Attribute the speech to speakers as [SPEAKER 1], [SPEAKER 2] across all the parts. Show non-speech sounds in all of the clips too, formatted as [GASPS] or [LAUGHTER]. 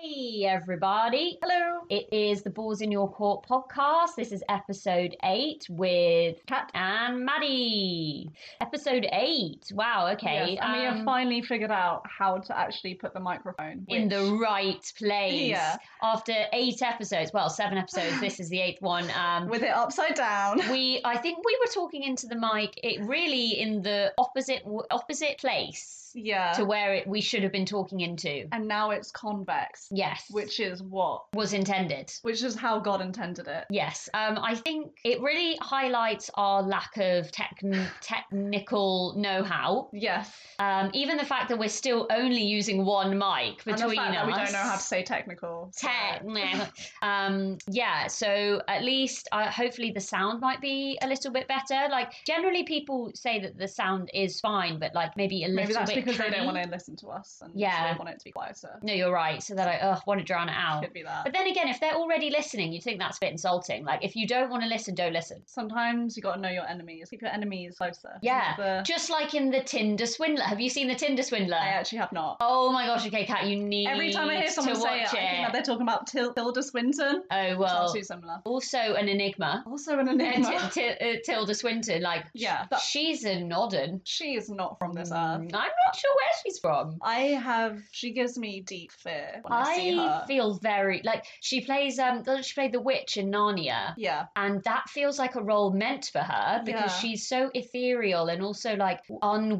[SPEAKER 1] Hey, everybody. Hello. It is the Balls in Your Court podcast. This is episode eight with Kat and Maddie. Episode eight. Wow. Okay.
[SPEAKER 2] Yes, and we have
[SPEAKER 1] um,
[SPEAKER 2] finally figured out how to actually put the microphone
[SPEAKER 1] in
[SPEAKER 2] which-
[SPEAKER 1] the right place.
[SPEAKER 2] Yeah.
[SPEAKER 1] After eight episodes, well, seven episodes. this is the eighth one. Um,
[SPEAKER 2] [LAUGHS] with it upside down. [LAUGHS]
[SPEAKER 1] we i think we were talking into the mic it really in the opposite opposite place
[SPEAKER 2] yeah.
[SPEAKER 1] to where it, we should have been talking into
[SPEAKER 2] And now it's convex,
[SPEAKER 1] yes
[SPEAKER 2] which is what,
[SPEAKER 1] was intended
[SPEAKER 2] which is how God intended it.
[SPEAKER 1] Yes, um, I think it really highlights our lack of techn technical know-how.
[SPEAKER 2] Yes.
[SPEAKER 1] Um, even the fact that we're still only using one mic between
[SPEAKER 2] and the fact
[SPEAKER 1] us.
[SPEAKER 2] that we don't know how to say technical.
[SPEAKER 1] [LAUGHS]
[SPEAKER 2] so-
[SPEAKER 1] Tech, meh. um, yeah. So at least, uh, hopefully, the sound might be a little bit better. Like generally, people say that the sound is fine, but like maybe a little
[SPEAKER 2] Maybe that's
[SPEAKER 1] bit.
[SPEAKER 2] because they
[SPEAKER 1] cringy.
[SPEAKER 2] don't want to listen to us and so
[SPEAKER 1] Yeah.
[SPEAKER 2] they want it to be quieter.
[SPEAKER 1] No, you're right. So they're like, oh, want to drown it out.
[SPEAKER 2] Could be that.
[SPEAKER 1] But then again, if they're already listening, you'd think that's a bit insulting. Like if you don't want to listen, don't listen.
[SPEAKER 2] Sometimes you got to know your enemies. Keep your enemies closer.
[SPEAKER 1] Yeah.
[SPEAKER 2] The-
[SPEAKER 1] Just like in the Tinder Swindler. Have you seen the Tinder Swindler?
[SPEAKER 2] I actually have not.
[SPEAKER 1] Oh my gosh, okay, Kat, you need
[SPEAKER 2] Every time I hear someone
[SPEAKER 1] to
[SPEAKER 2] say it, I
[SPEAKER 1] watch
[SPEAKER 2] think that
[SPEAKER 1] it.
[SPEAKER 2] they're talking about Til- Tilda Swinton.
[SPEAKER 1] oh,
[SPEAKER 2] which sounds
[SPEAKER 1] well,
[SPEAKER 2] too similar.
[SPEAKER 1] also an
[SPEAKER 2] [LAUGHS]
[SPEAKER 1] enigma.
[SPEAKER 2] Also an
[SPEAKER 1] And
[SPEAKER 2] enigma.
[SPEAKER 1] T- T- uh, Tilda Swinton, like,
[SPEAKER 2] Yeah, that-
[SPEAKER 1] she's a nodden.
[SPEAKER 2] [LAUGHS] she is not from this
[SPEAKER 1] Mm,
[SPEAKER 2] earth.
[SPEAKER 1] I'm not sure where she's from.
[SPEAKER 2] I have. She gives me deep fear when I, see
[SPEAKER 1] I
[SPEAKER 2] her.
[SPEAKER 1] feel very like she plays um doesn't she play the witch in Narnia
[SPEAKER 2] yeah,
[SPEAKER 1] and that feels like a role meant for her because
[SPEAKER 2] Yeah.
[SPEAKER 1] she's so ethereal and also like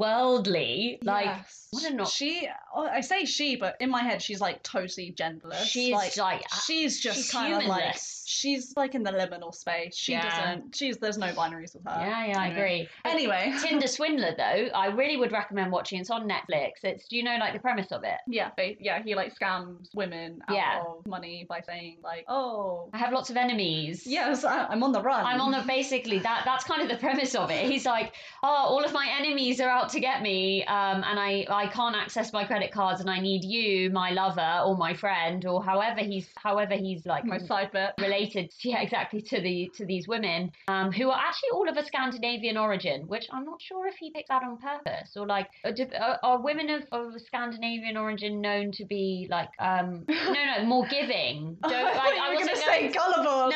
[SPEAKER 1] unworldly like
[SPEAKER 2] Yes.
[SPEAKER 1] what a not-
[SPEAKER 2] she. oh, I say she, but in my head, she's like totally genderless.
[SPEAKER 1] she's like,
[SPEAKER 2] like, she's just
[SPEAKER 1] she's
[SPEAKER 2] kind of like
[SPEAKER 1] humanless.
[SPEAKER 2] she's like in the liminal space. She
[SPEAKER 1] Yeah.
[SPEAKER 2] doesn't. She's there's no binaries with her.
[SPEAKER 1] yeah yeah I
[SPEAKER 2] anyway.
[SPEAKER 1] agree
[SPEAKER 2] Anyway,
[SPEAKER 1] Tinder Swindler, though, I really would recommend watching. It's on Netflix. It's do you know like the premise of it?
[SPEAKER 2] [LAUGHS] yeah, ba- yeah, he like scams women out
[SPEAKER 1] Yeah.
[SPEAKER 2] of money by saying like, oh,
[SPEAKER 1] I have lots of enemies.
[SPEAKER 2] yes, I- I'm on the run.
[SPEAKER 1] I'm on the basically that that's kind of the premise of it. He's like, oh, all of my enemies are out to get me, um, and I I can't access my credit cards, and I need you, my lover, or my friend, or however he's however he's like [LAUGHS]
[SPEAKER 2] [LAUGHS] my side bit.
[SPEAKER 1] related [LAUGHS] yeah exactly to the to these women um who are actually all of a scandinavian origin which i'm not sure if he picked that on purpose or like are, do- are, are women of, of scandinavian origin known to be like
[SPEAKER 2] [LAUGHS]
[SPEAKER 1] um no no more giving don't
[SPEAKER 2] I
[SPEAKER 1] like
[SPEAKER 2] thought
[SPEAKER 1] i
[SPEAKER 2] you were
[SPEAKER 1] wasn't
[SPEAKER 2] gonna say gullible. I was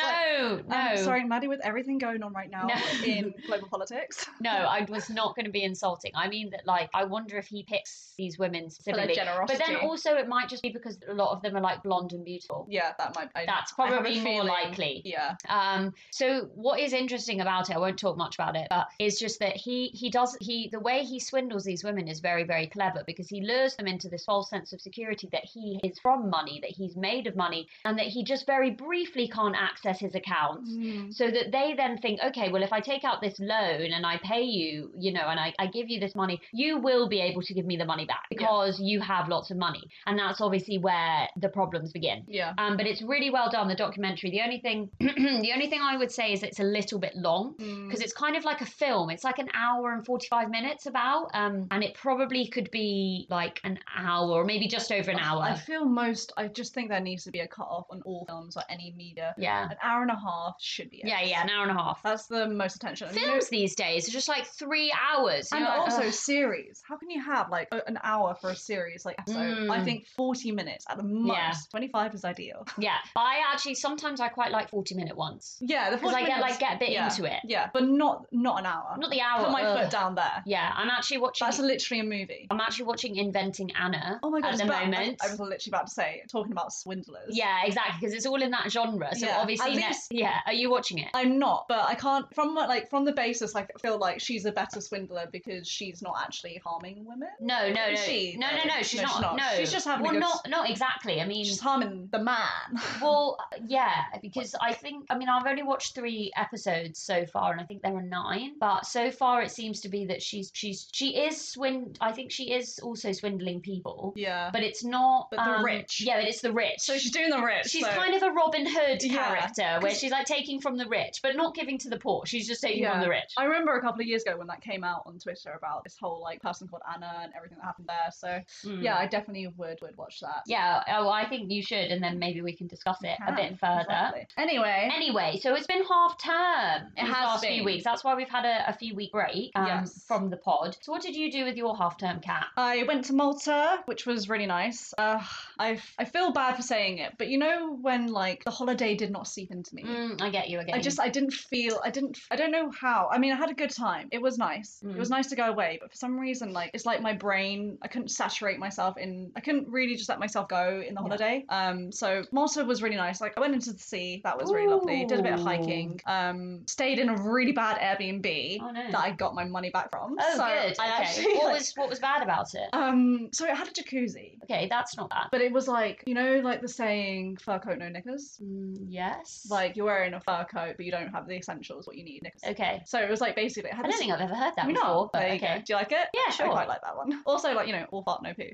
[SPEAKER 2] like,
[SPEAKER 1] no no
[SPEAKER 2] Um, sorry, Maddie, with everything going on right now
[SPEAKER 1] No.
[SPEAKER 2] [LAUGHS] in global politics.
[SPEAKER 1] no i was not going to be insulting i mean that like i wonder if he picks these women specifically but
[SPEAKER 2] generosity.
[SPEAKER 1] then also it might just be because a lot of them are like blonde and beautiful
[SPEAKER 2] Yeah, that might. I,
[SPEAKER 1] that's
[SPEAKER 2] I have a
[SPEAKER 1] probably more
[SPEAKER 2] feeling-
[SPEAKER 1] likely
[SPEAKER 2] Yeah.
[SPEAKER 1] Um, so what is interesting about it, I won't talk much about it, but it's just that he he does he the way he swindles these women is very very clever because he lures them into this false sense of security that he is from money, that he's made of money, and that he just very briefly can't access his accounts.
[SPEAKER 2] Mm-hmm. Hmm.
[SPEAKER 1] So that they then think, okay, well, if I take out this loan and I pay you, you know, and I, I give you this money, you will be able to give me the money back
[SPEAKER 2] Yeah.
[SPEAKER 1] because you have lots of money. And that's obviously where the problems begin.
[SPEAKER 2] Yeah.
[SPEAKER 1] Um, but it's really well done. The documentary. The only thing, [CLEARS THROAT] the only thing I would say is it's a little bit long
[SPEAKER 2] Hmm. Mm.
[SPEAKER 1] because it's kind of like a film. It's like an hour and forty-five minutes about, um, and it probably could be like an hour or maybe just over an
[SPEAKER 2] I
[SPEAKER 1] hour.
[SPEAKER 2] feel most. I just think there needs to be a cut off on all films or any media.
[SPEAKER 1] Yeah,
[SPEAKER 2] An hour and a half should be. it.
[SPEAKER 1] yeah, yeah, an hour and a half.
[SPEAKER 2] That's the most attention. And you know-
[SPEAKER 1] Films these days are just like three hours.
[SPEAKER 2] and
[SPEAKER 1] You're like,
[SPEAKER 2] also
[SPEAKER 1] "Ugh."
[SPEAKER 2] series. How can you have like a- an hour for a series like episode? I
[SPEAKER 1] Mm.
[SPEAKER 2] think forty minutes at the most.
[SPEAKER 1] Yeah.
[SPEAKER 2] Twenty-five is ideal. [LAUGHS]
[SPEAKER 1] yeah. I actually sometimes I quite like forty-minute ones
[SPEAKER 2] Yeah, the
[SPEAKER 1] because
[SPEAKER 2] 40
[SPEAKER 1] I get
[SPEAKER 2] minutes-
[SPEAKER 1] like get a bit
[SPEAKER 2] yeah.
[SPEAKER 1] into it.
[SPEAKER 2] Yeah, but not not an hour.
[SPEAKER 1] Not the hour.
[SPEAKER 2] Put my
[SPEAKER 1] ugh.
[SPEAKER 2] foot down there.
[SPEAKER 1] Yeah, I'm actually watching.
[SPEAKER 2] That's literally a movie.
[SPEAKER 1] I'm actually watching Inventing Anna
[SPEAKER 2] Oh my god!
[SPEAKER 1] at
[SPEAKER 2] it's
[SPEAKER 1] the
[SPEAKER 2] about-
[SPEAKER 1] moment.
[SPEAKER 2] I, I was literally about to say talking about swindlers.
[SPEAKER 1] Yeah, exactly, because it's all in that genre. So
[SPEAKER 2] Yeah,
[SPEAKER 1] obviously,
[SPEAKER 2] at
[SPEAKER 1] ne-
[SPEAKER 2] least-
[SPEAKER 1] yeah. Are you watching it?
[SPEAKER 2] I'm not, but I can't from my- like from the basis. Like, I feel like she's a better swindler because she's not actually harming women.
[SPEAKER 1] No, no, no,
[SPEAKER 2] Is she,
[SPEAKER 1] no, no,
[SPEAKER 2] though?
[SPEAKER 1] no. She's,
[SPEAKER 2] No,
[SPEAKER 1] not,
[SPEAKER 2] she's not.
[SPEAKER 1] No,
[SPEAKER 2] She's just having a
[SPEAKER 1] Well,
[SPEAKER 2] good
[SPEAKER 1] not not exactly. I mean,
[SPEAKER 2] She's harming the man. [LAUGHS]
[SPEAKER 1] well, uh, yeah, because I think I mean I've only watched three episodes so far, and I think there are nine. But so far, it seems to be that she's she's she is swind. I think she is also swindling people,
[SPEAKER 2] Yeah,
[SPEAKER 1] but it's not
[SPEAKER 2] But the
[SPEAKER 1] um,
[SPEAKER 2] rich.
[SPEAKER 1] Yeah, but it's the rich.
[SPEAKER 2] so she's doing the rich.
[SPEAKER 1] She's kind of a Robin Hood
[SPEAKER 2] Yeah,
[SPEAKER 1] character where
[SPEAKER 2] 'cause-
[SPEAKER 1] she's like taking from the rich, but not giving to the poor. She's just taking from
[SPEAKER 2] Yeah.
[SPEAKER 1] the rich.
[SPEAKER 2] I remember a couple of years ago when that came out on Twitter about this whole like person called Anna and everything that happened there. So
[SPEAKER 1] Mm.
[SPEAKER 2] yeah, I definitely would would watch that.
[SPEAKER 1] Yeah, oh, well, I think you should, and then maybe we can discuss it a
[SPEAKER 2] Can,
[SPEAKER 1] bit further.
[SPEAKER 2] exactly. Anyway,
[SPEAKER 1] Anyway, so it's been half term
[SPEAKER 2] It
[SPEAKER 1] these
[SPEAKER 2] has
[SPEAKER 1] last few
[SPEAKER 2] been.
[SPEAKER 1] weeks. That's why we've had a, a few week break um,
[SPEAKER 2] Yes.
[SPEAKER 1] from the pod. So, what did you do with your half term cat?
[SPEAKER 2] I went to Malta, which was really nice. Uh, I I feel bad for saying it, but you know when like the holiday did not seep into me.
[SPEAKER 1] Mm, I get you again.
[SPEAKER 2] I just I didn't feel I didn't I don't know how. I mean, I had a good time. It was nice.
[SPEAKER 1] Mm.
[SPEAKER 2] It was nice to go away, but for some reason like it's like my brain I couldn't saturate myself in I couldn't really just let myself go in the
[SPEAKER 1] Yeah.
[SPEAKER 2] holiday. Um so Malta was really nice. Like I went into the sea. That was really lovely. Did a bit of
[SPEAKER 1] Ooh.
[SPEAKER 2] hiking. Um stayed in a really bad Airbnb
[SPEAKER 1] Oh, no.
[SPEAKER 2] that I got my money back from.
[SPEAKER 1] oh,
[SPEAKER 2] so
[SPEAKER 1] good.
[SPEAKER 2] I
[SPEAKER 1] Okay.
[SPEAKER 2] actually,
[SPEAKER 1] what
[SPEAKER 2] [LAUGHS] like-
[SPEAKER 1] was what was bad about it?
[SPEAKER 2] um so it had a jacuzzi.
[SPEAKER 1] Okay, that's not bad.
[SPEAKER 2] But it was like, you know, like the saying fur coat no knickers?
[SPEAKER 1] Mm, yes.
[SPEAKER 2] Like you're wearing a fur coat but you don't have the essentials what you need knickers.
[SPEAKER 1] okay.
[SPEAKER 2] So it was like basically it
[SPEAKER 1] I
[SPEAKER 2] had
[SPEAKER 1] don't
[SPEAKER 2] this
[SPEAKER 1] think I've ever heard that
[SPEAKER 2] I mean,
[SPEAKER 1] before.
[SPEAKER 2] no,
[SPEAKER 1] But
[SPEAKER 2] there you go.
[SPEAKER 1] okay.
[SPEAKER 2] Do you like it?
[SPEAKER 1] Yeah,
[SPEAKER 2] I
[SPEAKER 1] sure.
[SPEAKER 2] quite like that one. Also, like you know, all fart no poo.
[SPEAKER 1] [LAUGHS]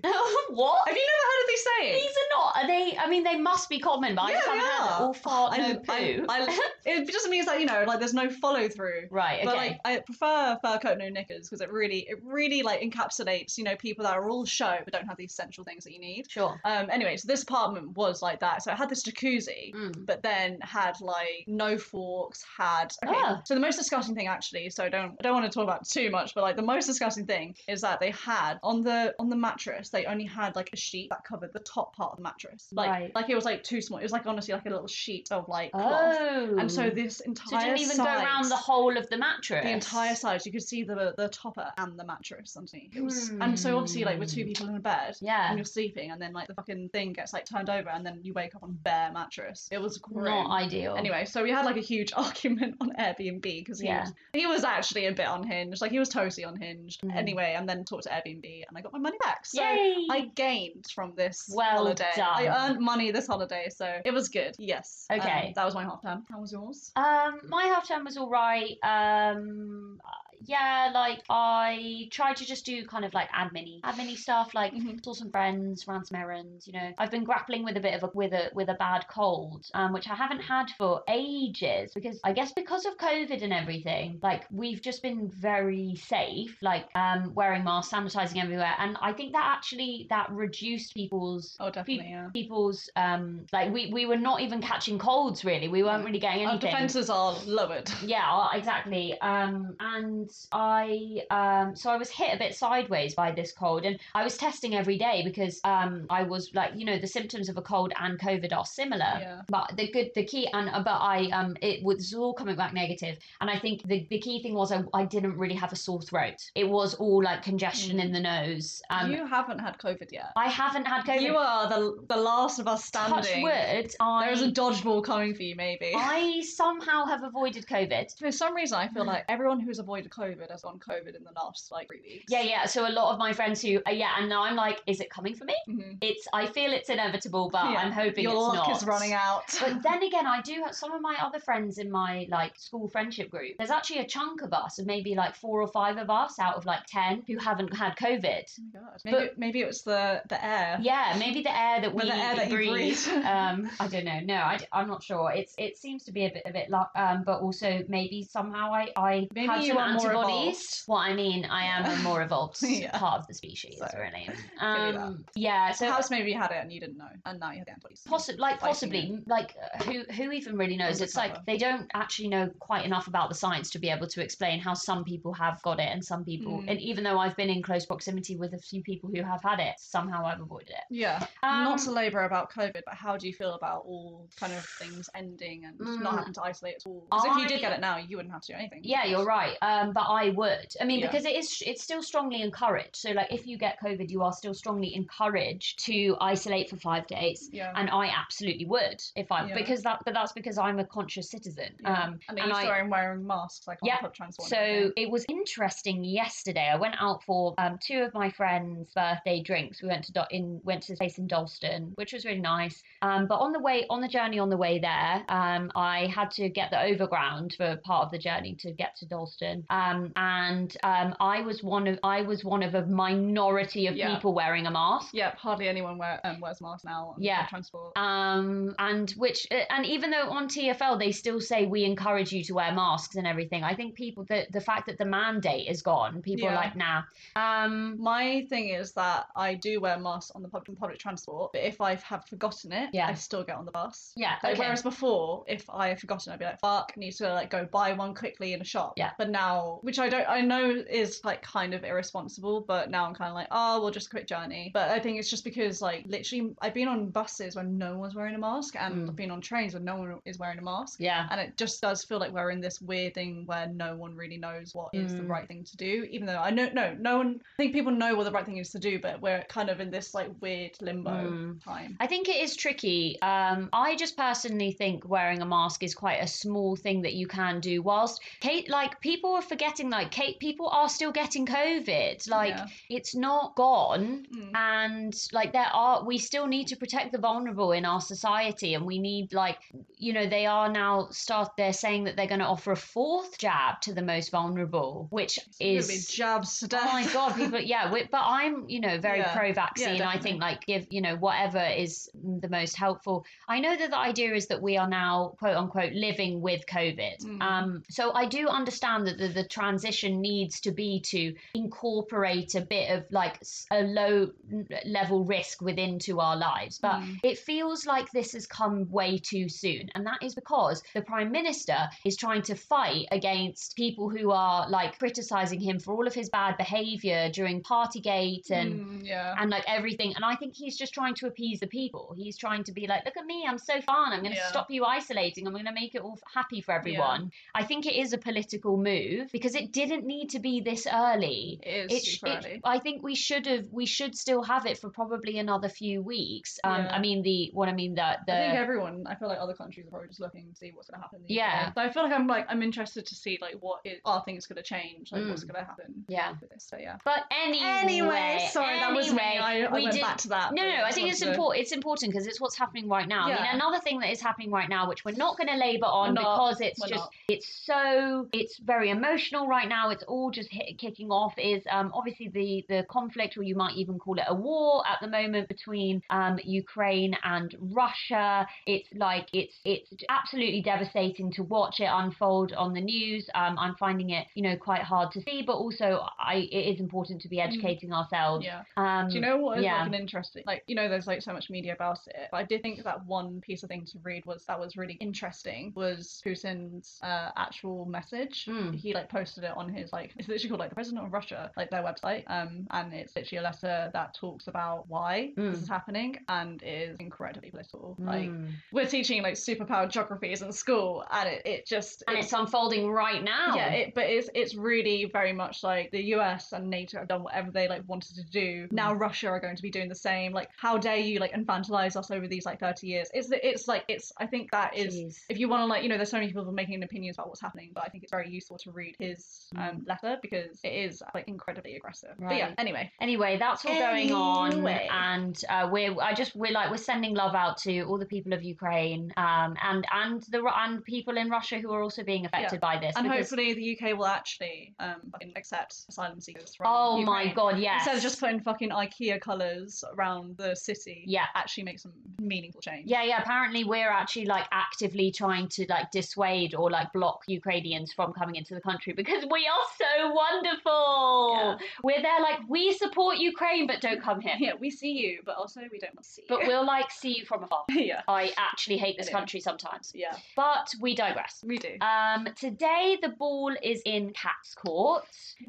[SPEAKER 1] what?
[SPEAKER 2] Have you never heard of these
[SPEAKER 1] These
[SPEAKER 2] sayings?
[SPEAKER 1] are not. Are they? I mean, they must be common, but I
[SPEAKER 2] Yeah,
[SPEAKER 1] just
[SPEAKER 2] they
[SPEAKER 1] haven't had
[SPEAKER 2] are.
[SPEAKER 1] them. All [LAUGHS] fart, no
[SPEAKER 2] I-
[SPEAKER 1] poo.
[SPEAKER 2] I- I- it just means that you know, like there's no follow through.
[SPEAKER 1] right. Okay.
[SPEAKER 2] But like, I prefer fur coat no knickers because it really, it really like encapsulates you know people that are all show but don't have the essential things that you need.
[SPEAKER 1] sure.
[SPEAKER 2] Um. Anyway, so this apartment was like that. So it had this jacuzzi.
[SPEAKER 1] Mm.
[SPEAKER 2] But then had like no forks, had okay.
[SPEAKER 1] Ah.
[SPEAKER 2] So the most disgusting thing actually, so I don't I don't want to talk about too much, but like the most disgusting thing is that they had on the on the mattress, they only had like a sheet that covered the top part of the mattress. Like
[SPEAKER 1] Right.
[SPEAKER 2] like it was like too small. It was like honestly like a little sheet of like cloth.
[SPEAKER 1] Oh.
[SPEAKER 2] And so this
[SPEAKER 1] So it
[SPEAKER 2] entire
[SPEAKER 1] didn't even
[SPEAKER 2] sides,
[SPEAKER 1] go around the whole of the mattress.
[SPEAKER 2] the entire size, you could see the the topper and the mattress underneath. It was, and so obviously like with two
[SPEAKER 1] Hmm.
[SPEAKER 2] people in a bed, and
[SPEAKER 1] Yeah.
[SPEAKER 2] you're sleeping, and then like the fucking thing gets like turned over, and then you wake up on bare mattress. It was grim.
[SPEAKER 1] Not ideal.
[SPEAKER 2] Anyway, so we had like a huge [LAUGHS] argument on Airbnb because he,
[SPEAKER 1] Yeah.
[SPEAKER 2] was, he was actually a bit unhinged. Like he was totally unhinged.
[SPEAKER 1] Mm.
[SPEAKER 2] Anyway, and then talked to Airbnb and I got my money back. So
[SPEAKER 1] Yay.
[SPEAKER 2] I gained from this
[SPEAKER 1] Well
[SPEAKER 2] holiday. I
[SPEAKER 1] done.
[SPEAKER 2] earned money this holiday, so it was good. Yes. Um,
[SPEAKER 1] Okay.
[SPEAKER 2] that was my half term. How was yours?
[SPEAKER 1] Um, my half term was all right. Um, yeah, like I tried to just do kind of like admin admin stuff, like
[SPEAKER 2] Mhm.
[SPEAKER 1] saw some friends, ran some errands. You know, I've been grappling with a bit of a with a with a bad cold, um, which I haven't had for ages because I guess because of COVID and everything, like we've just been very safe, like um, wearing masks, sanitizing everywhere, and I think that actually that reduced people's
[SPEAKER 2] Oh, definitely. Yeah.
[SPEAKER 1] people's um like we we were not even catching colds really we weren't really getting
[SPEAKER 2] Our
[SPEAKER 1] anything
[SPEAKER 2] defenses are lowered.
[SPEAKER 1] yeah uh, exactly um and i um so i was hit a bit sideways by this cold and i was testing every day because um i was like you know the symptoms of a cold and covid are similar
[SPEAKER 2] Yeah.
[SPEAKER 1] but the good the key and but i um it was all coming back negative and i think the, the key thing was I, I didn't really have a sore throat it was all like congestion
[SPEAKER 2] Mm.
[SPEAKER 1] in the nose um
[SPEAKER 2] you haven't had COVID yet.
[SPEAKER 1] i haven't had covid
[SPEAKER 2] You are the the last of us standing.
[SPEAKER 1] touch wood i
[SPEAKER 2] There is a dodgeball coming for you, maybe.
[SPEAKER 1] I Mm. somehow have avoided COVID.
[SPEAKER 2] [LAUGHS] For some reason, I feel like everyone who's avoided COVID has gone COVID in the last like three weeks.
[SPEAKER 1] Yeah, yeah. So a lot of my friends who, uh, yeah, and now I'm like, is it coming for me?
[SPEAKER 2] Mhm.
[SPEAKER 1] It's. I feel it's inevitable, but
[SPEAKER 2] Yeah.
[SPEAKER 1] I'm hoping
[SPEAKER 2] your
[SPEAKER 1] it's
[SPEAKER 2] luck
[SPEAKER 1] not.
[SPEAKER 2] is running out. Oh [LAUGHS]
[SPEAKER 1] But then again, I do have some of my other friends in my like school friendship group. There's actually a chunk of us, of maybe like four or five of us out of like ten, who haven't had COVID.
[SPEAKER 2] Oh
[SPEAKER 1] [LAUGHS]
[SPEAKER 2] my God. Maybe, maybe it was the the air.
[SPEAKER 1] Yeah, maybe the air that we
[SPEAKER 2] But the air that you
[SPEAKER 1] breathe.
[SPEAKER 2] breathe.
[SPEAKER 1] [LAUGHS]
[SPEAKER 2] [LAUGHS]
[SPEAKER 1] um, I don't know. No, I, am not sure. It's it seems to be a bit a bit like, um, but also maybe somehow I I
[SPEAKER 2] Maybe
[SPEAKER 1] had
[SPEAKER 2] you
[SPEAKER 1] some
[SPEAKER 2] are more
[SPEAKER 1] antibodies. Well, I mean, I am a
[SPEAKER 2] Yeah.
[SPEAKER 1] more [LAUGHS] evolved
[SPEAKER 2] Yeah.
[SPEAKER 1] part of the species,
[SPEAKER 2] So,
[SPEAKER 1] really.
[SPEAKER 2] that.
[SPEAKER 1] Um, yeah. So
[SPEAKER 2] Perhaps maybe you had it and you didn't know, and now you have the antibodies.
[SPEAKER 1] Possi- like
[SPEAKER 2] Fighting
[SPEAKER 1] possibly like uh, who who even really knows
[SPEAKER 2] Under
[SPEAKER 1] it's
[SPEAKER 2] cover.
[SPEAKER 1] like they don't actually know quite enough about the science to be able to explain how some people have got it and some people
[SPEAKER 2] Mm.
[SPEAKER 1] and even though i've been in close proximity with a few people who have had it somehow i've avoided it
[SPEAKER 2] Yeah.
[SPEAKER 1] um,
[SPEAKER 2] not to labour about COVID, but how do you feel about all kind of things ending and not
[SPEAKER 1] Mm.
[SPEAKER 2] having to isolate at all? Because if you
[SPEAKER 1] I-
[SPEAKER 2] did get it now, you wouldn't have to do anything.
[SPEAKER 1] Yeah, you're right. Um, but I would. I mean,
[SPEAKER 2] Yeah.
[SPEAKER 1] because it is, it's still strongly encouraged. So, like, if you get COVID, you are still strongly encouraged to isolate for five days.
[SPEAKER 2] Yeah.
[SPEAKER 1] And I absolutely would if I,
[SPEAKER 2] Yeah.
[SPEAKER 1] because that, but that's because I'm a conscious citizen.
[SPEAKER 2] Yeah.
[SPEAKER 1] Um,
[SPEAKER 2] and are you
[SPEAKER 1] I-
[SPEAKER 2] starting wearing masks like on
[SPEAKER 1] Yeah.
[SPEAKER 2] public transport? and
[SPEAKER 1] so
[SPEAKER 2] everything?
[SPEAKER 1] it was interesting yesterday. I went out for um, two of my friends' birthday drinks. We went to Do- in went to this place in Dalston, which was really nice. Um, but on the way on the journey on the way there, um, I had to get the overground for part of the journey to get to Dalston. Um, and um, I was one of I was one of a minority of
[SPEAKER 2] Yeah.
[SPEAKER 1] people wearing a mask.
[SPEAKER 2] yeah, hardly anyone wear, um, wears masks now on
[SPEAKER 1] Yeah.
[SPEAKER 2] public transport.
[SPEAKER 1] um and which uh, and even though on TFL they still say we encourage you to wear masks and everything i think people the the fact that the mandate is gone people
[SPEAKER 2] Yeah.
[SPEAKER 1] are like nah um
[SPEAKER 2] My thing is that I do wear masks on the public public transport, but if I have forgotten it,
[SPEAKER 1] Yeah.
[SPEAKER 2] I still get on the bus.
[SPEAKER 1] yeah
[SPEAKER 2] Like,
[SPEAKER 1] okay.
[SPEAKER 2] Whereas before, if I had forgotten, I'd be like, "Fuck, I need to like go buy one quickly in a shop."
[SPEAKER 1] Yeah.
[SPEAKER 2] But now, which I don't, I know is like kind of irresponsible, but now I'm kind of like, "Oh, we'll just a quick journey." But I think it's just because like literally, I've been on buses when no one's wearing a mask, and
[SPEAKER 1] Mm.
[SPEAKER 2] I've been on trains when no one is wearing a mask.
[SPEAKER 1] Yeah.
[SPEAKER 2] And it just does feel like we're in this weird thing where no one really knows what is the
[SPEAKER 1] Mm.
[SPEAKER 2] right thing to do. Even though I know, no, no one, I think people know what the right thing is to do, but we're kind of in this like weird limbo
[SPEAKER 1] Mm.
[SPEAKER 2] time.
[SPEAKER 1] I think it is tricky. Um, I just personally think wearing a mask is quite a small thing that you can do. Whilst Kate, like people are forgetting, like Kate, people are still getting COVID. Like
[SPEAKER 2] Yeah.
[SPEAKER 1] it's not gone.
[SPEAKER 2] Mm.
[SPEAKER 1] And like there are, we still need to protect the vulnerable in our society, and we need like, you know, they are now start. They're saying that they're going to offer a fourth jab to the most vulnerable, which
[SPEAKER 2] It's
[SPEAKER 1] is
[SPEAKER 2] gonna be jabs to death.
[SPEAKER 1] [LAUGHS] Oh my god, people! Yeah, we, but I'm, you know, very
[SPEAKER 2] Yeah.
[SPEAKER 1] pro-vaccine.
[SPEAKER 2] Yeah,
[SPEAKER 1] I
[SPEAKER 2] definitely.
[SPEAKER 1] think like give, you know, whatever is the most helpful. I know that the idea is that we are now quote unquote living with COVID.
[SPEAKER 2] Mm.
[SPEAKER 1] Um, so I do understand that the, the transition needs to be to incorporate a bit of like s- a low n- level risk within to our lives, but
[SPEAKER 2] Mm.
[SPEAKER 1] it feels like this has come way too soon. And that is because the Prime Minister is trying to fight against people who are like criticizing him for all of his bad behavior during Partygate and.
[SPEAKER 2] Mm, yeah.
[SPEAKER 1] And like everything. And I think he's just trying to appease the people. He's trying to be like, look at me, I'm so fun. I'm going to
[SPEAKER 2] Yeah.
[SPEAKER 1] stop you isolating. I'm going to make it all happy for everyone. I think it is a political move because it didn't need to be this early
[SPEAKER 2] It is
[SPEAKER 1] it, sh-
[SPEAKER 2] super
[SPEAKER 1] it-
[SPEAKER 2] early.
[SPEAKER 1] I think we should have we should still have it for probably another few weeks. Um,
[SPEAKER 2] Yeah.
[SPEAKER 1] I mean the what I mean the the
[SPEAKER 2] I think everyone. I feel like other countries are probably just looking to see what's going to happen. in the UK.
[SPEAKER 1] Yeah.
[SPEAKER 2] So I feel like I'm like I'm interested to see like what is are things going to change, like what's
[SPEAKER 1] Mm.
[SPEAKER 2] going to happen
[SPEAKER 1] yeah.
[SPEAKER 2] with this. So yeah.
[SPEAKER 1] But anyway,
[SPEAKER 2] sorry, that was me.
[SPEAKER 1] anyway,
[SPEAKER 2] I, I
[SPEAKER 1] we
[SPEAKER 2] went
[SPEAKER 1] did-
[SPEAKER 2] back to that.
[SPEAKER 1] No,
[SPEAKER 2] but
[SPEAKER 1] no, I
[SPEAKER 2] just
[SPEAKER 1] think it's
[SPEAKER 2] wanted to-
[SPEAKER 1] important. It's important because it's what's happening right now. I
[SPEAKER 2] Yeah.
[SPEAKER 1] mean, another thing that is happening right now, which we're not going to labour on
[SPEAKER 2] We're not.
[SPEAKER 1] because it's
[SPEAKER 2] We're
[SPEAKER 1] just
[SPEAKER 2] not.
[SPEAKER 1] it's so it's very emotional right now. It's all just hit, kicking off. Is um, obviously the the conflict, or you might even call it a war at the moment between um, Ukraine and Russia. It's like it's it's absolutely devastating to watch it unfold on the news. Um, I'm finding it you know quite hard to see, but also I it is important to be educating ourselves.
[SPEAKER 2] Mm. Yeah.
[SPEAKER 1] Um,
[SPEAKER 2] Do you know what is
[SPEAKER 1] yeah.
[SPEAKER 2] like an interesting like you know there's like so much media about it but I did think that one piece of thing to read was that was really interesting was Putin's uh, actual message
[SPEAKER 1] Mm.
[SPEAKER 2] he like posted it on his like [LAUGHS] it's literally called like the president of Russia like their website um and it's literally a letter that talks about why
[SPEAKER 1] Mm.
[SPEAKER 2] this is happening and it is incredibly political like
[SPEAKER 1] Mm.
[SPEAKER 2] we're teaching like superpower geographies in school and it, it just
[SPEAKER 1] and it's unfolding right now.
[SPEAKER 2] yeah, it, but it's it's really very much like the US and NATO have done whatever they like wanted to do.
[SPEAKER 1] Mm.
[SPEAKER 2] Now Russia are going to be doing the same. Like, how dare you like infantilize us over these like thirty years? It's it's like it's. I think that is
[SPEAKER 1] Jeez.
[SPEAKER 2] if you want to like you know there's so many people making opinions about what's happening but i think it's very useful to read his um, letter because it is like incredibly aggressive but yeah
[SPEAKER 1] Mm. Right.
[SPEAKER 2] anyway
[SPEAKER 1] Anyway, that's all going on,
[SPEAKER 2] Anyway.
[SPEAKER 1] and uh, we're I just we're like we're sending love out to all the people of Ukraine, um, and and the Ru- and people in Russia who are also being affected by this.
[SPEAKER 2] and
[SPEAKER 1] because-
[SPEAKER 2] hopefully the uk will actually um fucking accept asylum seekers from
[SPEAKER 1] oh my
[SPEAKER 2] Ukraine.
[SPEAKER 1] God, yes.
[SPEAKER 2] Instead of just putting fucking IKEA colours around the city,
[SPEAKER 1] Yeah.
[SPEAKER 2] actually make some meaningful change.
[SPEAKER 1] yeah, yeah. Apparently, we're actually like actively trying to like dissuade or like block Ukrainians from coming into the country because we are so wonderful.
[SPEAKER 2] Yeah.
[SPEAKER 1] We're there like we support Ukraine, but don't come here.
[SPEAKER 2] [LAUGHS] Yeah, we see you, but also we don't want to see
[SPEAKER 1] But
[SPEAKER 2] you.
[SPEAKER 1] we'll like see you from afar.
[SPEAKER 2] [LAUGHS] yeah,
[SPEAKER 1] I actually hate this
[SPEAKER 2] Anyway.
[SPEAKER 1] country sometimes,
[SPEAKER 2] yeah,
[SPEAKER 1] but we digress.
[SPEAKER 2] we do.
[SPEAKER 1] Um, today the ball is in Cat's Court.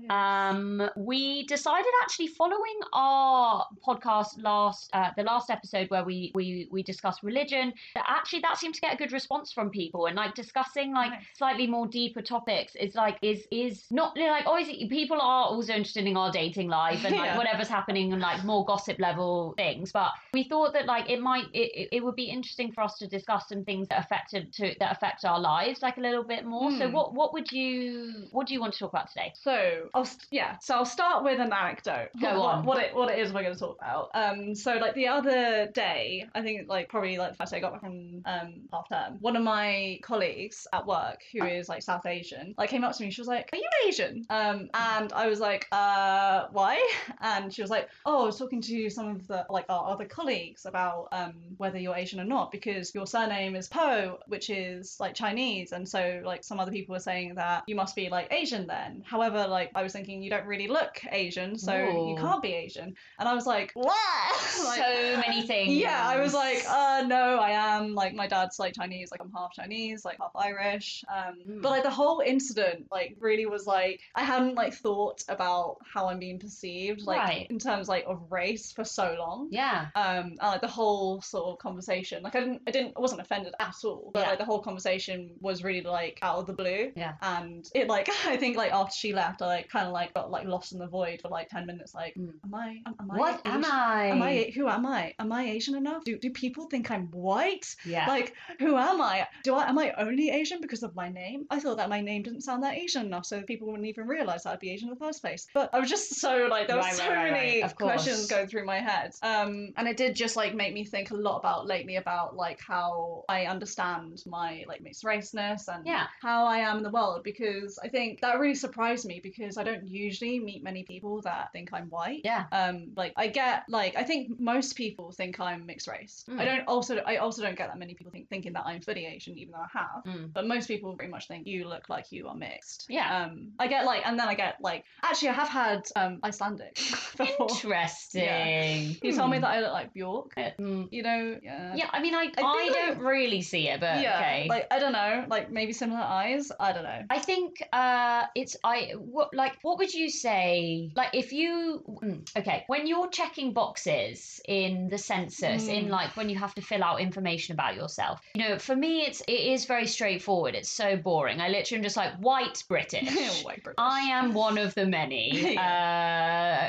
[SPEAKER 1] Um, we decided actually following our podcast last, uh, the last episode where we we we discussed religion, that actually that seemed to get a good response from people, and like discussing like
[SPEAKER 2] Nice.
[SPEAKER 1] slightly more deeper topics is like is is not you know, like obviously people are also interested in our dating life and like
[SPEAKER 2] [LAUGHS] Yeah.
[SPEAKER 1] whatever's happening and like more gossip level things, but we thought that like it might it, it- it would be interesting for us to discuss some things that affected to that affect our lives like a little bit more so
[SPEAKER 2] Hmm.
[SPEAKER 1] what what would you what do you want to talk about today
[SPEAKER 2] So I'll st- yeah. So I'll start with an anecdote.
[SPEAKER 1] Go
[SPEAKER 2] what,
[SPEAKER 1] on.
[SPEAKER 2] What it what it is we're going to talk about. Um. So like the other day, I think like probably like the first day I got back from um half term, one of my colleagues at work who is like South Asian, like came up to me. She was like, "Are you Asian?" Um. And I was like, "Uh, why?" [LAUGHS] And she was like, "Oh, I was talking to some of the like our other colleagues about um whether you're Asian or not because your surname is Po, which is like Chinese, and so like some other people were saying that you must be like Asian then. However, like I was thinking you don't really look Asian, so you
[SPEAKER 1] Ooh.
[SPEAKER 2] can't be Asian. And I was like, what? [LAUGHS] Like,
[SPEAKER 1] so many things
[SPEAKER 2] yeah, I was like, uh, no, I am. Like, my dad's like Chinese, like, I'm half Chinese, like, half Irish. Um,
[SPEAKER 1] Mm.
[SPEAKER 2] But, like, the whole incident, like, really was like, I hadn't, like, thought about how I'm being perceived, like,
[SPEAKER 1] Right.
[SPEAKER 2] in terms, like, of race for so long. wrong.
[SPEAKER 1] Yeah.
[SPEAKER 2] Um, and, like the whole sort of conversation, like I didn't, I didn't, I wasn't offended at all, but
[SPEAKER 1] Yeah.
[SPEAKER 2] like the whole conversation was really like out of the blue.
[SPEAKER 1] Yeah.
[SPEAKER 2] And it like, [LAUGHS] I think like after she left, I like kind of like got like lost in the void for like ten minutes. Like,
[SPEAKER 1] Mm.
[SPEAKER 2] am I? Am, am
[SPEAKER 1] What
[SPEAKER 2] I?
[SPEAKER 1] am
[SPEAKER 2] Asian?
[SPEAKER 1] I?
[SPEAKER 2] Am I? Who am I? Am I Asian enough? Do do people think I'm white?
[SPEAKER 1] Yeah.
[SPEAKER 2] Like, who am I? Do I am I only Asian because of my name? I thought that my name didn't sound that Asian enough, so people wouldn't even realize I'd be Asian in the first place. But I was just so like there were
[SPEAKER 1] Right,
[SPEAKER 2] so
[SPEAKER 1] right, right, right.
[SPEAKER 2] many
[SPEAKER 1] Of course.
[SPEAKER 2] questions going through my head. Um, and it did just like make me think a lot about lately about like how I understand my like mixed raceness and
[SPEAKER 1] Yeah.
[SPEAKER 2] how I am in the world because I think that really surprised me because I don't usually meet many people that think I'm white
[SPEAKER 1] yeah.
[SPEAKER 2] um like i get like i think most people think i'm mixed race
[SPEAKER 1] Mm.
[SPEAKER 2] i don't also i also don't get that many people think, thinking that i'm fully asian even though i have
[SPEAKER 1] Mm.
[SPEAKER 2] but most people pretty much think you look like you are mixed
[SPEAKER 1] Yeah.
[SPEAKER 2] um i get like and then i get like actually i have had um icelandic [LAUGHS] before
[SPEAKER 1] Interesting.
[SPEAKER 2] oh, you told me
[SPEAKER 1] Hmm.
[SPEAKER 2] that i look like bjork
[SPEAKER 1] Uh, mm.
[SPEAKER 2] you know yeah
[SPEAKER 1] Yeah, I mean, I, I,
[SPEAKER 2] like-
[SPEAKER 1] don't really see it, but
[SPEAKER 2] yeah
[SPEAKER 1] okay.
[SPEAKER 2] like i don't know like maybe similar eyes i don't
[SPEAKER 1] [LAUGHS]
[SPEAKER 2] know [LAUGHS]
[SPEAKER 1] I think uh, it's I what like what would you say like if you mm, okay when you're checking boxes in the census in
[SPEAKER 2] Mm.
[SPEAKER 1] like when you have to fill out information about yourself you know for me it's it is very straightforward it's so boring I literally am just like white British
[SPEAKER 2] [LAUGHS] White British.
[SPEAKER 1] I am one of the
[SPEAKER 2] [LAUGHS]
[SPEAKER 1] many, uh,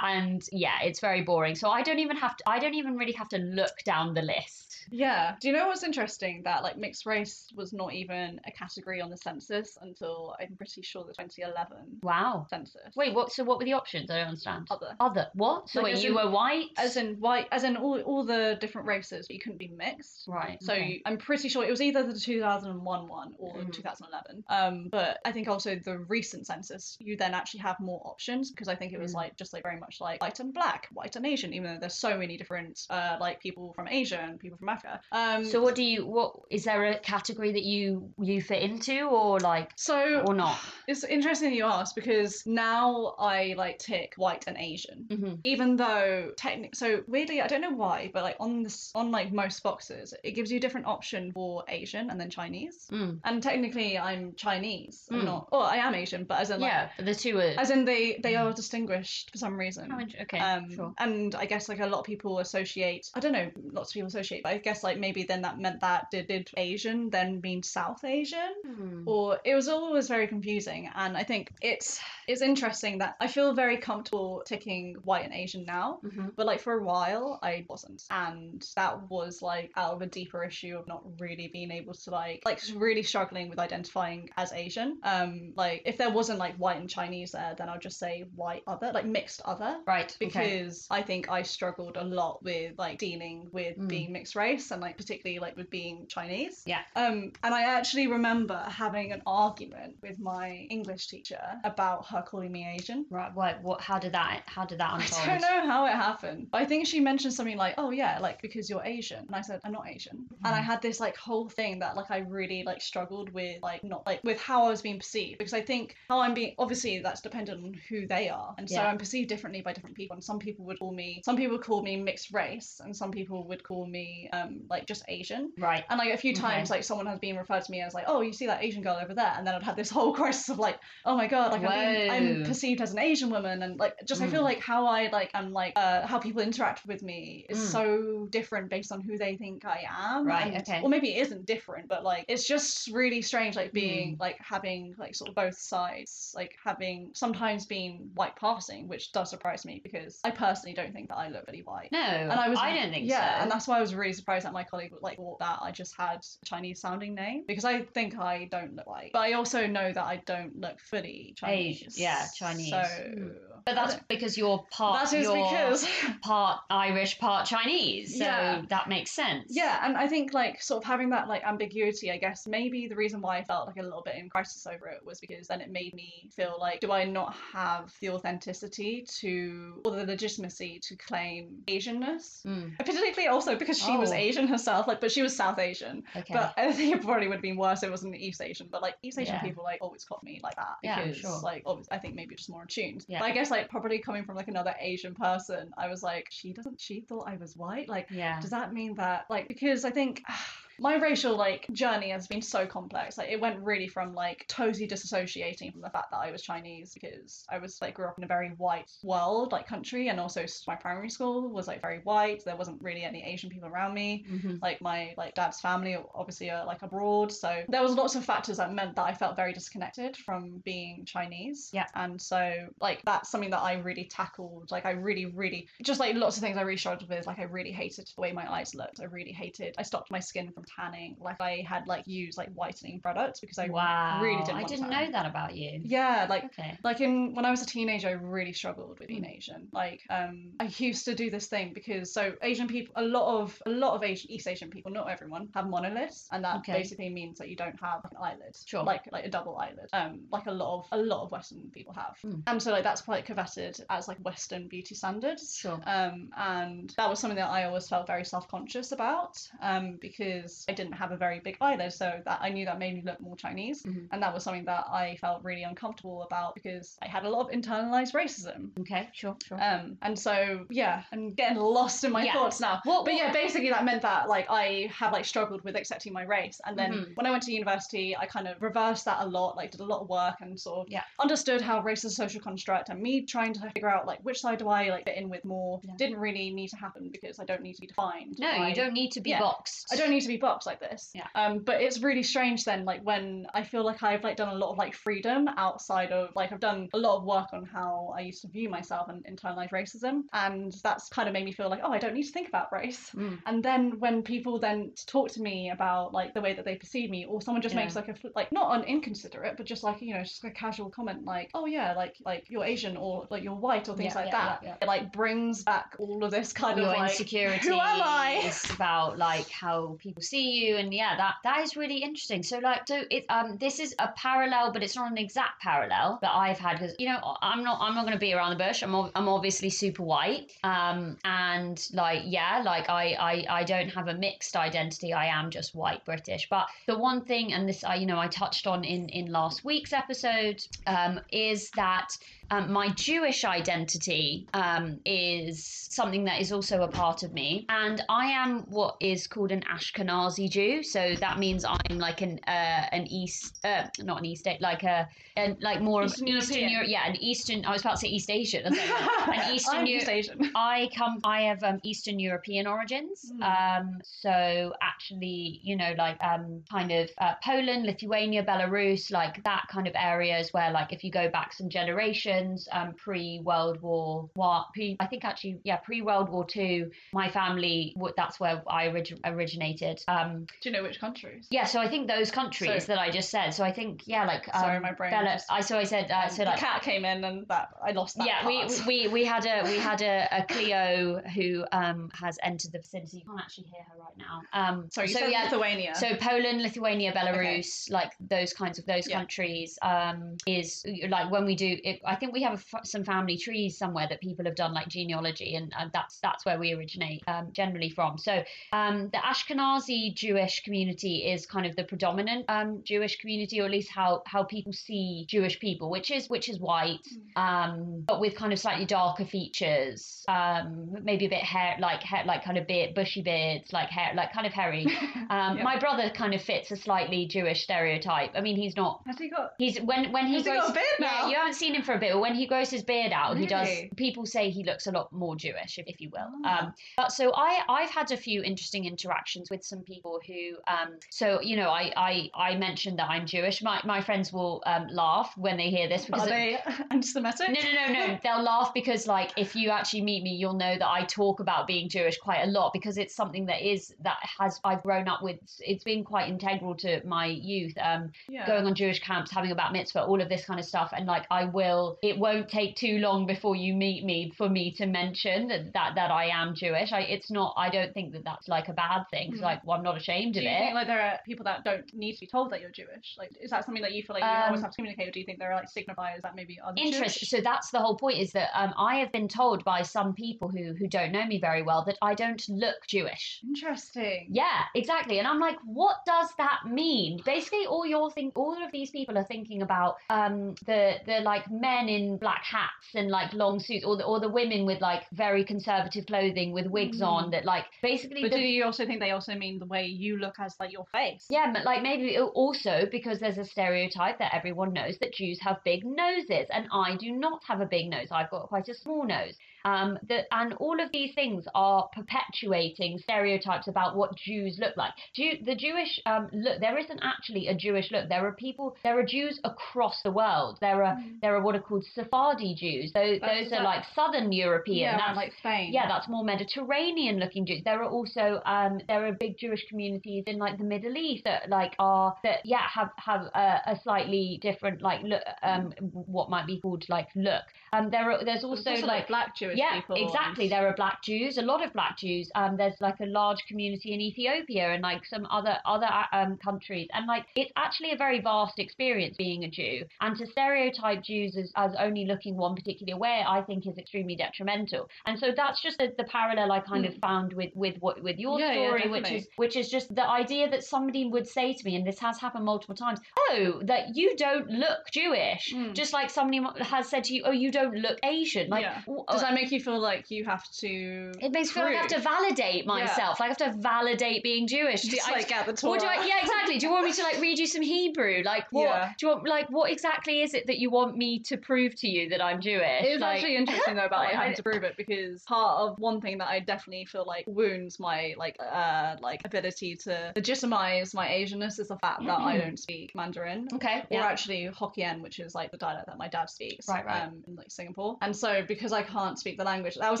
[SPEAKER 1] and yeah, it's very boring. So I don't even have to. I don't even really have to look down the list.
[SPEAKER 2] Yeah. Do you know what's interesting? That like mixed race was not even a category on the census until I'm pretty sure the 2011
[SPEAKER 1] Wow.
[SPEAKER 2] census.
[SPEAKER 1] Wait, what? So what were the options? I don't understand.
[SPEAKER 2] Other.
[SPEAKER 1] Other what? So
[SPEAKER 2] Like,
[SPEAKER 1] wait,
[SPEAKER 2] as
[SPEAKER 1] you
[SPEAKER 2] in-
[SPEAKER 1] were white.
[SPEAKER 2] As in white, as in all, all the different races, but you couldn't be mixed.
[SPEAKER 1] Right.
[SPEAKER 2] So
[SPEAKER 1] okay.
[SPEAKER 2] you- I'm pretty sure it was either the 2001 one or
[SPEAKER 1] Mm.
[SPEAKER 2] 2011. Um, but I think also the recent census, you then actually have more options because I think it was
[SPEAKER 1] Mm.
[SPEAKER 2] like just like very much like white and black, white and Asian, even though there's so many different uh, like people from Asia and people from Africa. Um,
[SPEAKER 1] so what do you what is there a category that you you fit into or like
[SPEAKER 2] so
[SPEAKER 1] or
[SPEAKER 2] [SIGHS]
[SPEAKER 1] not?
[SPEAKER 2] It's interesting that you asked because now I like tick white and Asian.
[SPEAKER 1] hmm
[SPEAKER 2] Even though technically, so weirdly, I don't know why, but like on this, on like most boxes, it gives you a different option for Asian and then Chinese.
[SPEAKER 1] Mm.
[SPEAKER 2] And technically, I'm Chinese. I'm
[SPEAKER 1] Mm.
[SPEAKER 2] not. Oh, I am Asian, but as in like,
[SPEAKER 1] yeah, but the two are.
[SPEAKER 2] as in they they are distinguished for some reason.
[SPEAKER 1] How int- okay,
[SPEAKER 2] Um,
[SPEAKER 1] sure.
[SPEAKER 2] And I guess like a lot of people associate, I don't know, lots of people associate, but I guess like maybe then that meant that did, did Asian then mean South Asian?
[SPEAKER 1] Hmm.
[SPEAKER 2] or it was always very confusing and i think it's it's interesting that i feel very comfortable ticking white and asian now
[SPEAKER 1] Mhm.
[SPEAKER 2] but like for a while i wasn't and that was like out of a deeper issue of not really being able to like like just really struggling with identifying as asian um like if there wasn't like white and chinese there then i'd just say white other like mixed other
[SPEAKER 1] Right.
[SPEAKER 2] because
[SPEAKER 1] okay.
[SPEAKER 2] I think I struggled a lot with like dealing with
[SPEAKER 1] Mm.
[SPEAKER 2] being mixed race and like particularly like with being Chinese.
[SPEAKER 1] Yeah.
[SPEAKER 2] Um, and I actually remember having an argument with my English teacher about her calling me Asian.
[SPEAKER 1] Right. What? What? How did that? How did that
[SPEAKER 2] I
[SPEAKER 1] unfold?
[SPEAKER 2] don't know how it happened. But I think she mentioned something like, "Oh yeah, like because you're Asian," and I said, "I'm not Asian." And I
[SPEAKER 1] Mm-hmm.
[SPEAKER 2] had this like whole thing that like I really like struggled with, like not like with how I was being perceived because I think how I'm being obviously that's dependent on who they are, and so
[SPEAKER 1] Yeah.
[SPEAKER 2] I'm perceived differently by different people. And some people would call me, some people call me mixed race, and some people would call me um like just Asian.
[SPEAKER 1] Right.
[SPEAKER 2] And like a few
[SPEAKER 1] Okay.
[SPEAKER 2] times, like someone has been referred to me as like, oh, you see that Asian girl over there, and then I'd have this [LAUGHS] whole crisis of like, oh my god, like I'm, being, I'm
[SPEAKER 1] Whoa.
[SPEAKER 2] perceived as an Asian woman, and like just I feel
[SPEAKER 1] Mm.
[SPEAKER 2] like how I like am like uh, how people interact with me is
[SPEAKER 1] Mm.
[SPEAKER 2] so different based on who they think I am.
[SPEAKER 1] Right,
[SPEAKER 2] and-
[SPEAKER 1] okay.
[SPEAKER 2] Or maybe it isn't different, but like it's just really strange, like being
[SPEAKER 1] Mm.
[SPEAKER 2] like having like sort of both sides, like having sometimes being white passing, which does surprise me because I personally don't think that I look really white
[SPEAKER 1] No.
[SPEAKER 2] and I was
[SPEAKER 1] I don't think
[SPEAKER 2] yeah,
[SPEAKER 1] so.
[SPEAKER 2] and that's why I was really surprised that my colleague like thought that I just had a Chinese sounding name because I think I don't look white, but I also know that I don't look fully Chinese.
[SPEAKER 1] Asian, yeah, Chinese.
[SPEAKER 2] So,
[SPEAKER 1] Hmm. but that's
[SPEAKER 2] I don't-
[SPEAKER 1] because you're part.
[SPEAKER 2] that is
[SPEAKER 1] you're
[SPEAKER 2] because [LAUGHS]
[SPEAKER 1] part Irish, part Chinese. So
[SPEAKER 2] Yeah.
[SPEAKER 1] that makes sense.
[SPEAKER 2] yeah, and I think like sort of having that like ambiguity, I guess maybe the reason why I felt like a little bit in crisis over it was because then it made me feel like, do I not have the authenticity to or the legitimacy to claim Asianness?
[SPEAKER 1] Mm,
[SPEAKER 2] Particularly also because she was
[SPEAKER 1] Oh.
[SPEAKER 2] Asian herself, like, but she was South Asian.
[SPEAKER 1] okay.
[SPEAKER 2] But I think it probably would have been worse if it wasn't East Asian. But like East Asian
[SPEAKER 1] Yeah.
[SPEAKER 2] people like always caught me like that
[SPEAKER 1] Yeah,
[SPEAKER 2] because
[SPEAKER 1] sure.
[SPEAKER 2] like obvi- I think maybe just more in tune.
[SPEAKER 1] Yeah.
[SPEAKER 2] But I guess like probably coming from like another Asian person, I was like, she doesn't. She thought I was white. Like,
[SPEAKER 1] yeah.
[SPEAKER 2] does that mean that like because I think. [SIGHS] my racial like journey has been so complex. Like it went really from like totally disassociating from the fact that I was Chinese because I was like grew up in a very white world, like country, and also s- my primary school was like very white. There wasn't really any Asian people around me.
[SPEAKER 1] Mhm.
[SPEAKER 2] Like my like dad's family obviously are like abroad, so there was lots of factors that meant that I felt very disconnected from being Chinese.
[SPEAKER 1] Yeah.
[SPEAKER 2] and so like that's something that I really tackled. Like I really, really just like lots of things I really struggled with. Like I really hated the way my eyes looked. I really hated. I stopped my skin from tanning. Like I had like used like whitening products because I
[SPEAKER 1] wow.
[SPEAKER 2] really didn't.
[SPEAKER 1] I
[SPEAKER 2] want
[SPEAKER 1] didn't
[SPEAKER 2] tan.
[SPEAKER 1] know that about you.
[SPEAKER 2] Yeah, like
[SPEAKER 1] Okay.
[SPEAKER 2] like in when I was a teenager, I really struggled with being
[SPEAKER 1] Mm.
[SPEAKER 2] Asian. Like, um, I used to do this thing because so Asian people, a lot of a lot of Asian East Asian people, not everyone, have monoliths, and that
[SPEAKER 1] Okay.
[SPEAKER 2] basically means that you don't have an eyelid,
[SPEAKER 1] Sure.
[SPEAKER 2] like like a double eyelid, um, like a lot of a lot of Western people have,
[SPEAKER 1] Mm.
[SPEAKER 2] and so like that's quite coveted as like Western beauty standards.
[SPEAKER 1] Sure.
[SPEAKER 2] Um, and that was something that I always felt very self conscious about, um, because I didn't have a very big eyelid, so that I knew that made me look more Chinese
[SPEAKER 1] Mhm.
[SPEAKER 2] and that was something that I felt really uncomfortable about because I had a lot of internalized racism.
[SPEAKER 1] Okay. Sure. Sure.
[SPEAKER 2] Um, and so yeah, I'm getting lost in my
[SPEAKER 1] Yeah.
[SPEAKER 2] thoughts now.
[SPEAKER 1] What-
[SPEAKER 2] But yeah,
[SPEAKER 1] what-
[SPEAKER 2] basically that meant that like I had like struggled with accepting my race, and then
[SPEAKER 1] Mhm.
[SPEAKER 2] when I went to university, I kind of reversed that a lot. Like did a lot of work and sort of
[SPEAKER 1] Yeah.
[SPEAKER 2] understood how race is a social construct, and me trying to figure out like which side do I like fit in with more
[SPEAKER 1] Yeah.
[SPEAKER 2] didn't really need to happen because I don't need to be defined.
[SPEAKER 1] no,
[SPEAKER 2] by-
[SPEAKER 1] you don't need to be
[SPEAKER 2] yeah.
[SPEAKER 1] boxed.
[SPEAKER 2] I don't need to be boxed like this.
[SPEAKER 1] Yeah.
[SPEAKER 2] Um, but it's really strange then, like when I feel like I've like done a lot of like freedom outside of like I've done a lot of work on how I used to view myself and internalized racism, and that's kind of made me feel like oh I don't need to think about race.
[SPEAKER 1] Mm.
[SPEAKER 2] And then when people then talk to me about like the way that they perceive me, or someone just
[SPEAKER 1] Yeah.
[SPEAKER 2] makes like a fl- like not an inconsiderate, but just like you know just a casual comment like oh yeah like like you're Asian or like you're white or things
[SPEAKER 1] Yeah,
[SPEAKER 2] like
[SPEAKER 1] yeah,
[SPEAKER 2] that.
[SPEAKER 1] yeah, yeah.
[SPEAKER 2] It like brings back all of this kind
[SPEAKER 1] your
[SPEAKER 2] of like
[SPEAKER 1] insecurities
[SPEAKER 2] [LAUGHS] who am I?
[SPEAKER 1] about like how people see you and yeah that that is really interesting so like so it um this is a parallel but it's not an exact parallel that i've had because you know I- i'm not i'm not going to be around the bush i'm ob- i'm obviously super white um and like yeah like I, I i don't have a mixed identity i am just white british but the one thing and this i you know i touched on in in last week's episode um is that um, my Jewish identity um, is something that is also a part of me, and I am what is called an Ashkenazi Jew. So that means I'm like an uh, an East, uh, not an East, like a, an like more
[SPEAKER 2] Eastern
[SPEAKER 1] of Eastern
[SPEAKER 2] European.
[SPEAKER 1] Europe, yeah, an Eastern. I was about to say East Asian. I was like, no.
[SPEAKER 2] [LAUGHS]
[SPEAKER 1] An Eastern
[SPEAKER 2] I'm
[SPEAKER 1] Eu-
[SPEAKER 2] East Asian.
[SPEAKER 1] I come. I have um, Eastern European origins.
[SPEAKER 2] Mm.
[SPEAKER 1] Um, so actually, you know, like um, kind of uh, Poland, Lithuania, Belarus, like that kind of areas where, like, if you go back some generations, um, pre World War, what pre, I think actually, yeah, pre World War Two, my family, wa- that's where I orig- originated. Um,
[SPEAKER 2] Do you know which countries?
[SPEAKER 1] yeah, so I think those countries
[SPEAKER 2] So-
[SPEAKER 1] that I just said. So I think, yeah, like, um,
[SPEAKER 2] Sorry, my brain
[SPEAKER 1] Bela-
[SPEAKER 2] just-
[SPEAKER 1] I so I said, uh,
[SPEAKER 2] Um,
[SPEAKER 1] so
[SPEAKER 2] the
[SPEAKER 1] like
[SPEAKER 2] cat came in and that I lost that.
[SPEAKER 1] yeah, we,
[SPEAKER 2] part.
[SPEAKER 1] we we had a we had a, a Clio who um has entered the vicinity. You can't actually hear her right now. Um,
[SPEAKER 2] [LAUGHS] Sorry, you
[SPEAKER 1] so
[SPEAKER 2] said
[SPEAKER 1] yeah,
[SPEAKER 2] Lithuania.
[SPEAKER 1] so Poland, Lithuania, Belarus, like those kinds of those
[SPEAKER 2] Yeah.
[SPEAKER 1] countries, um, is like when we do. It, I think we have f- some family trees somewhere that people have done like genealogy, and, and that's that's where we originate um, generally from. So um, the Ashkenazi Jewish community is kind of the predominant um, Jewish community, or at least how how people see Jewish people, which is which is white,
[SPEAKER 2] Mm-hmm.
[SPEAKER 1] um, but with kind of slightly darker features, um, maybe a bit hair like hair like kind of beard, bushy beards, like hair like kind of hairy. Um,
[SPEAKER 2] Yeah.
[SPEAKER 1] My brother kind of fits a slightly Jewish stereotype. I mean, he's not.
[SPEAKER 2] Has he got?
[SPEAKER 1] He's when when he
[SPEAKER 2] Has he
[SPEAKER 1] grows.
[SPEAKER 2] got a beard
[SPEAKER 1] Yeah,
[SPEAKER 2] now?
[SPEAKER 1] you haven't seen him for a bit, but when he grows his beard out, he does.
[SPEAKER 2] Really?
[SPEAKER 1] People say he looks a lot more Jewish, if, if you will.
[SPEAKER 2] Ah.
[SPEAKER 1] Um, but so I, I've had a few interesting interactions with some people who, um, so you know, I, I, I mentioned that I'm Jewish. My, my friends will um, laugh when they hear this because it-
[SPEAKER 2] Are they [LAUGHS] anti-Semitic?
[SPEAKER 1] no, no, no, no. They'll laugh because, like, if you actually meet me, you'll know that I talk about being Jewish quite a lot because it's something that is that has I've grown up with. It's been quite integral to my youth. Um,
[SPEAKER 2] [LAUGHS] Yeah.
[SPEAKER 1] going on Jewish camps, having about mitzvah, all of this kind of stuff, and like I will. It won't take too long before you meet me for me to mention that that, that I am Jewish. I, it's not. I don't think that that's like a bad thing. 'cause,
[SPEAKER 2] Mhm.
[SPEAKER 1] Like, well, I'm not ashamed
[SPEAKER 2] Do
[SPEAKER 1] of
[SPEAKER 2] you
[SPEAKER 1] it.
[SPEAKER 2] think like there are people that don't need to be told that you're Jewish? Like, is that something that you feel like you
[SPEAKER 1] Um,
[SPEAKER 2] always have to communicate, or do you think there are like signifiers that maybe are
[SPEAKER 1] interest
[SPEAKER 2] Jewish?
[SPEAKER 1] so that's the whole point is that um, i have been told by some people who who don't know me very well that i don't look jewish
[SPEAKER 2] Interesting.
[SPEAKER 1] yeah exactly and i'm like what does that mean basically all you're think all of these people are thinking about um the the like men in in black hats and like long suits, or the or the women with like very conservative clothing with wigs
[SPEAKER 2] Mm.
[SPEAKER 1] on that like basically
[SPEAKER 2] But
[SPEAKER 1] the
[SPEAKER 2] do you also think they also mean the way you look as like your face?
[SPEAKER 1] Yeah, but like maybe al- also because there's a stereotype that everyone knows that Jews have big noses, and I do not have a big nose. I've got quite a small nose. Um, that and all of these things are perpetuating stereotypes about what Jews look like. Jew, the Jewish um, look. There isn't actually a Jewish look. There are people. There are Jews across the world. There are
[SPEAKER 2] Mm.
[SPEAKER 1] there are what are called Sephardi Jews. Those,
[SPEAKER 2] That's
[SPEAKER 1] those are
[SPEAKER 2] that-
[SPEAKER 1] like Southern European.
[SPEAKER 2] yeah,
[SPEAKER 1] That's-
[SPEAKER 2] around, like Spain.
[SPEAKER 1] yeah, that's more Mediterranean looking Jews. There are also um there are big Jewish communities in like the Middle East that like are that yeah have have a, a slightly different like look um what might be called like look. Um there are there's
[SPEAKER 2] There's
[SPEAKER 1] also,
[SPEAKER 2] also,
[SPEAKER 1] like
[SPEAKER 2] black Jewish
[SPEAKER 1] yeah,
[SPEAKER 2] people.
[SPEAKER 1] exactly. There are black Jews, a lot of black Jews. Um, there's like a large community in Ethiopia and like some other other uh, um, countries, and like it's actually a very vast experience being a Jew. And to stereotype Jews as, as only looking one particular way, I think is extremely detrimental. And so that's just the, the parallel I kind of found with with what with your
[SPEAKER 2] Hmm. Yeah, yeah,
[SPEAKER 1] story, which
[SPEAKER 2] definitely.
[SPEAKER 1] is which is just the idea that somebody would say to me, and this has happened multiple times, oh, that you don't look Jewish,
[SPEAKER 2] Mm.
[SPEAKER 1] just like somebody has said to you, oh, you don't look Asian, like. uh,
[SPEAKER 2] Yeah.
[SPEAKER 1] w-
[SPEAKER 2] Does that make you feel like you have to?
[SPEAKER 1] Oh. it makes me feel like I have to
[SPEAKER 2] prove?
[SPEAKER 1] validate myself. Like I have to validate being Jewish. Do
[SPEAKER 2] Just
[SPEAKER 1] I-
[SPEAKER 2] like at the Torah.
[SPEAKER 1] or do I, yeah, exactly. Do you want me to like read you some Hebrew? Like what?
[SPEAKER 2] Yeah.
[SPEAKER 1] Do you want like what exactly is it that you want me to prove to you that I'm Jewish?
[SPEAKER 2] It is
[SPEAKER 1] [LAUGHS] Like-
[SPEAKER 2] actually interesting though about like
[SPEAKER 1] Like, I [LAUGHS]
[SPEAKER 2] having to prove it because part of one thing that I definitely feel like wounds my like uh like ability to legitimize my Asianness is the fact that I don't speak Mandarin.
[SPEAKER 1] okay.
[SPEAKER 2] Or
[SPEAKER 1] Mm. Yeah.
[SPEAKER 2] actually Hokkien, which is like the dialect that my dad speaks,
[SPEAKER 1] Right, right.
[SPEAKER 2] Um, in like Singapore. And so because I can't speak the language, that was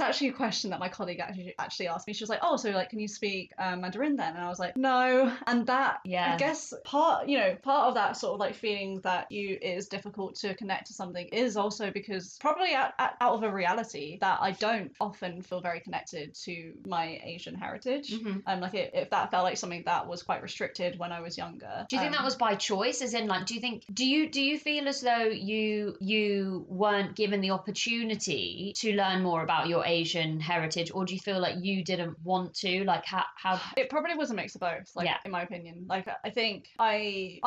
[SPEAKER 2] actually a question that my colleague actually actually asked me. She was like, "Oh, so like, can you speak um, Mandarin then?" And I was like, "No." And that,
[SPEAKER 1] Yeah.
[SPEAKER 2] I guess part, you know, part of that sort of like feeling that you it is difficult to connect to something is also because probably out, out out of a reality that I don't often feel very connected to my Asian heritage.
[SPEAKER 1] Mhm.
[SPEAKER 2] Um, like it, if that felt like something that was quite restricted when I was younger.
[SPEAKER 1] Do you think
[SPEAKER 2] Um,
[SPEAKER 1] that was by choice? As in, like, do you think do you do you feel as though you you weren't given the opportunity to learn more about your Asian heritage, or do you feel like you didn't want to? Like, how how
[SPEAKER 2] it probably was a mix of both like
[SPEAKER 1] Yeah.
[SPEAKER 2] in my opinion like i think i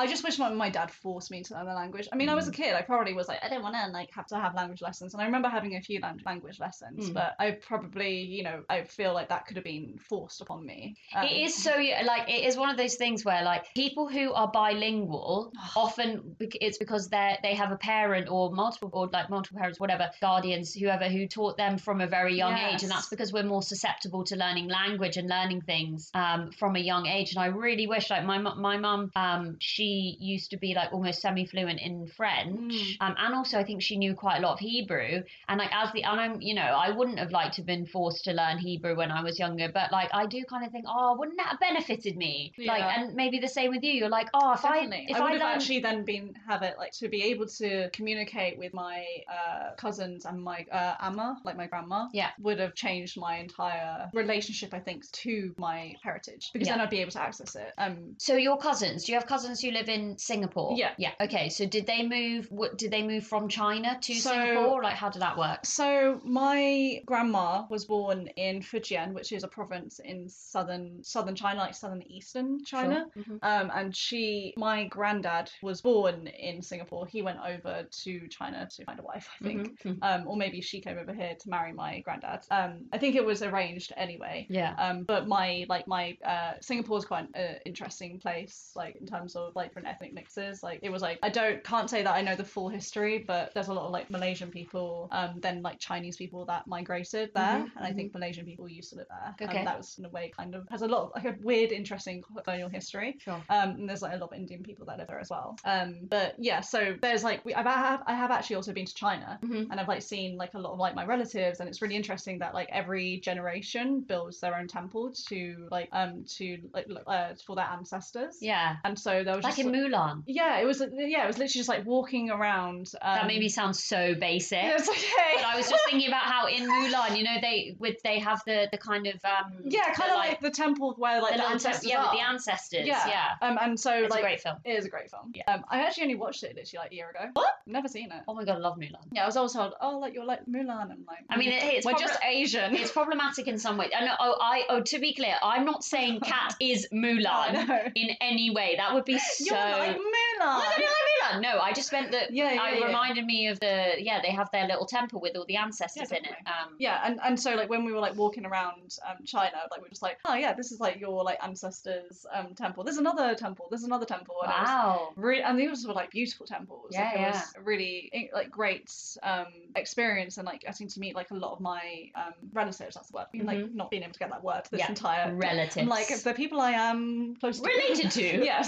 [SPEAKER 2] i just wish my, my dad forced me to learn the language i mean i
[SPEAKER 1] Mm.
[SPEAKER 2] was a kid i probably was like i don't want to like have to have language lessons and i remember having a few lang- language lessons
[SPEAKER 1] Mm.
[SPEAKER 2] but i probably you know i feel like that could have been forced upon me Um,
[SPEAKER 1] it is so yeah, like it is one of those things where like people who are bilingual often bec- it's because they are they have a parent or multiple or like multiple parents whatever guardians whoever who taught them from a very young age
[SPEAKER 2] Yes.
[SPEAKER 1] and that's because we're more susceptible to learning language and learning things um, from a young age and I really wish like my mu- my mum um, she used to be like almost semi fluent in French
[SPEAKER 2] Mm.
[SPEAKER 1] um, and also I think she knew quite a lot of Hebrew and like as the and I'm you know I wouldn't have liked to have been forced to learn Hebrew when I was younger but like I do kind of think oh wouldn't that have benefited me like
[SPEAKER 2] Yeah.
[SPEAKER 1] and maybe the same with you you're like oh if
[SPEAKER 2] Definitely.
[SPEAKER 1] I if
[SPEAKER 2] I would
[SPEAKER 1] I,
[SPEAKER 2] have
[SPEAKER 1] learned
[SPEAKER 2] actually then been have it like to be able to communicate with my uh, cousins and my uh, amma, like my grandma.
[SPEAKER 1] Yeah.
[SPEAKER 2] would have changed my entire relationship. I think to my heritage because
[SPEAKER 1] Yeah.
[SPEAKER 2] then I'd be able to access it. Um,
[SPEAKER 1] so your cousins do you have cousins who live in Singapore
[SPEAKER 2] Yeah.
[SPEAKER 1] yeah okay so did they move what did they move from China to
[SPEAKER 2] So-
[SPEAKER 1] Singapore like how did that work
[SPEAKER 2] So my grandma was born in Fujian, which is a province in southern southern China, like southern eastern China.
[SPEAKER 1] Sure. Mhm.
[SPEAKER 2] Um, and she, my granddad, was born in Singapore. He went over to China to find a wife, I think,
[SPEAKER 1] Mhm. Mhm.
[SPEAKER 2] um, or maybe she came over here to marry my granddad. Um, I think it was arranged anyway.
[SPEAKER 1] yeah
[SPEAKER 2] Um, but my like my uh, Singapore is quite an uh, interesting place, like in terms of like different ethnic mixes. Like it was like I don't can't say that I know the full history, but there's a lot of like Malaysian people, um, then like Chinese people that migrated there,
[SPEAKER 1] Mhm,
[SPEAKER 2] and I think Malaysian people used to live there.
[SPEAKER 1] Okay.
[SPEAKER 2] And that was in a way kind of has a lot of like a weird, interesting colonial history.
[SPEAKER 1] sure
[SPEAKER 2] Um, and there's like a lot of Indian people that live there as well. Um, but yeah, so there's like we, I've, I have I have actually also been to China,
[SPEAKER 1] Mhm.
[SPEAKER 2] and I've like seen like a lot of like my relatives, and it's really interesting that like every generation builds their own temple to like um to like look, uh, for their ancestors.
[SPEAKER 1] yeah
[SPEAKER 2] And so there was
[SPEAKER 1] like
[SPEAKER 2] just,
[SPEAKER 1] in Mulan
[SPEAKER 2] yeah, it was yeah, it was literally just like walking around. Um,
[SPEAKER 1] that made me sound so basic
[SPEAKER 2] Yeah, [LAUGHS] it's okay.
[SPEAKER 1] But I was just thinking about how in Mulan, you know, they would they have the the kind of um
[SPEAKER 2] [LAUGHS] yeah, kind
[SPEAKER 1] the,
[SPEAKER 2] of like, the temple where like
[SPEAKER 1] the
[SPEAKER 2] the
[SPEAKER 1] ancestors,
[SPEAKER 2] ancestors
[SPEAKER 1] yeah,
[SPEAKER 2] are.
[SPEAKER 1] with the ancestors, yeah.
[SPEAKER 2] Um, and so
[SPEAKER 1] It's
[SPEAKER 2] like
[SPEAKER 1] a great film.
[SPEAKER 2] it is a great film.
[SPEAKER 1] Yeah.
[SPEAKER 2] Um, I actually only watched it literally like a year ago. What? Never seen it.
[SPEAKER 1] Oh my god, I love Mulan.
[SPEAKER 2] Yeah, I was always told, oh, like you're like Mulan. I'm like, "Mm,
[SPEAKER 1] I mean, it- it's
[SPEAKER 2] Mm-hmm.
[SPEAKER 1] probably-
[SPEAKER 2] we're just Asian.
[SPEAKER 1] It's problematic in some way. And oh, I oh to be clear, I'm not
[SPEAKER 2] [LAUGHS]
[SPEAKER 1] saying Cat is
[SPEAKER 2] [LAUGHS] I
[SPEAKER 1] Mulan
[SPEAKER 2] know. [LAUGHS]
[SPEAKER 1] in any way. That would be so.
[SPEAKER 2] You're like Mulan.
[SPEAKER 1] Look at it, like done. No, I just meant that.
[SPEAKER 2] Yeah, yeah,
[SPEAKER 1] I
[SPEAKER 2] yeah.
[SPEAKER 1] reminded me of the yeah they have their little temple with all the ancestors
[SPEAKER 2] Yeah,
[SPEAKER 1] in it.
[SPEAKER 2] definitely.
[SPEAKER 1] Um,
[SPEAKER 2] Yeah, and, and so like when we were like walking around um, China, like we were just like, oh yeah, this is like your like ancestors' um, temple. There's another temple. There's another temple. And it was
[SPEAKER 1] Wow.
[SPEAKER 2] Really, and these were like beautiful temples. like,
[SPEAKER 1] Yeah,
[SPEAKER 2] it was a really eh, like great um, experience, and like I seem to meet like a lot of my um, relatives. That's the word. I've been, Like not being able to get that word this
[SPEAKER 1] Mm-hmm. Yeah,
[SPEAKER 2] entire
[SPEAKER 1] Relatives.
[SPEAKER 2] and, like the people I am close to.
[SPEAKER 1] related to.
[SPEAKER 2] [LAUGHS] yes.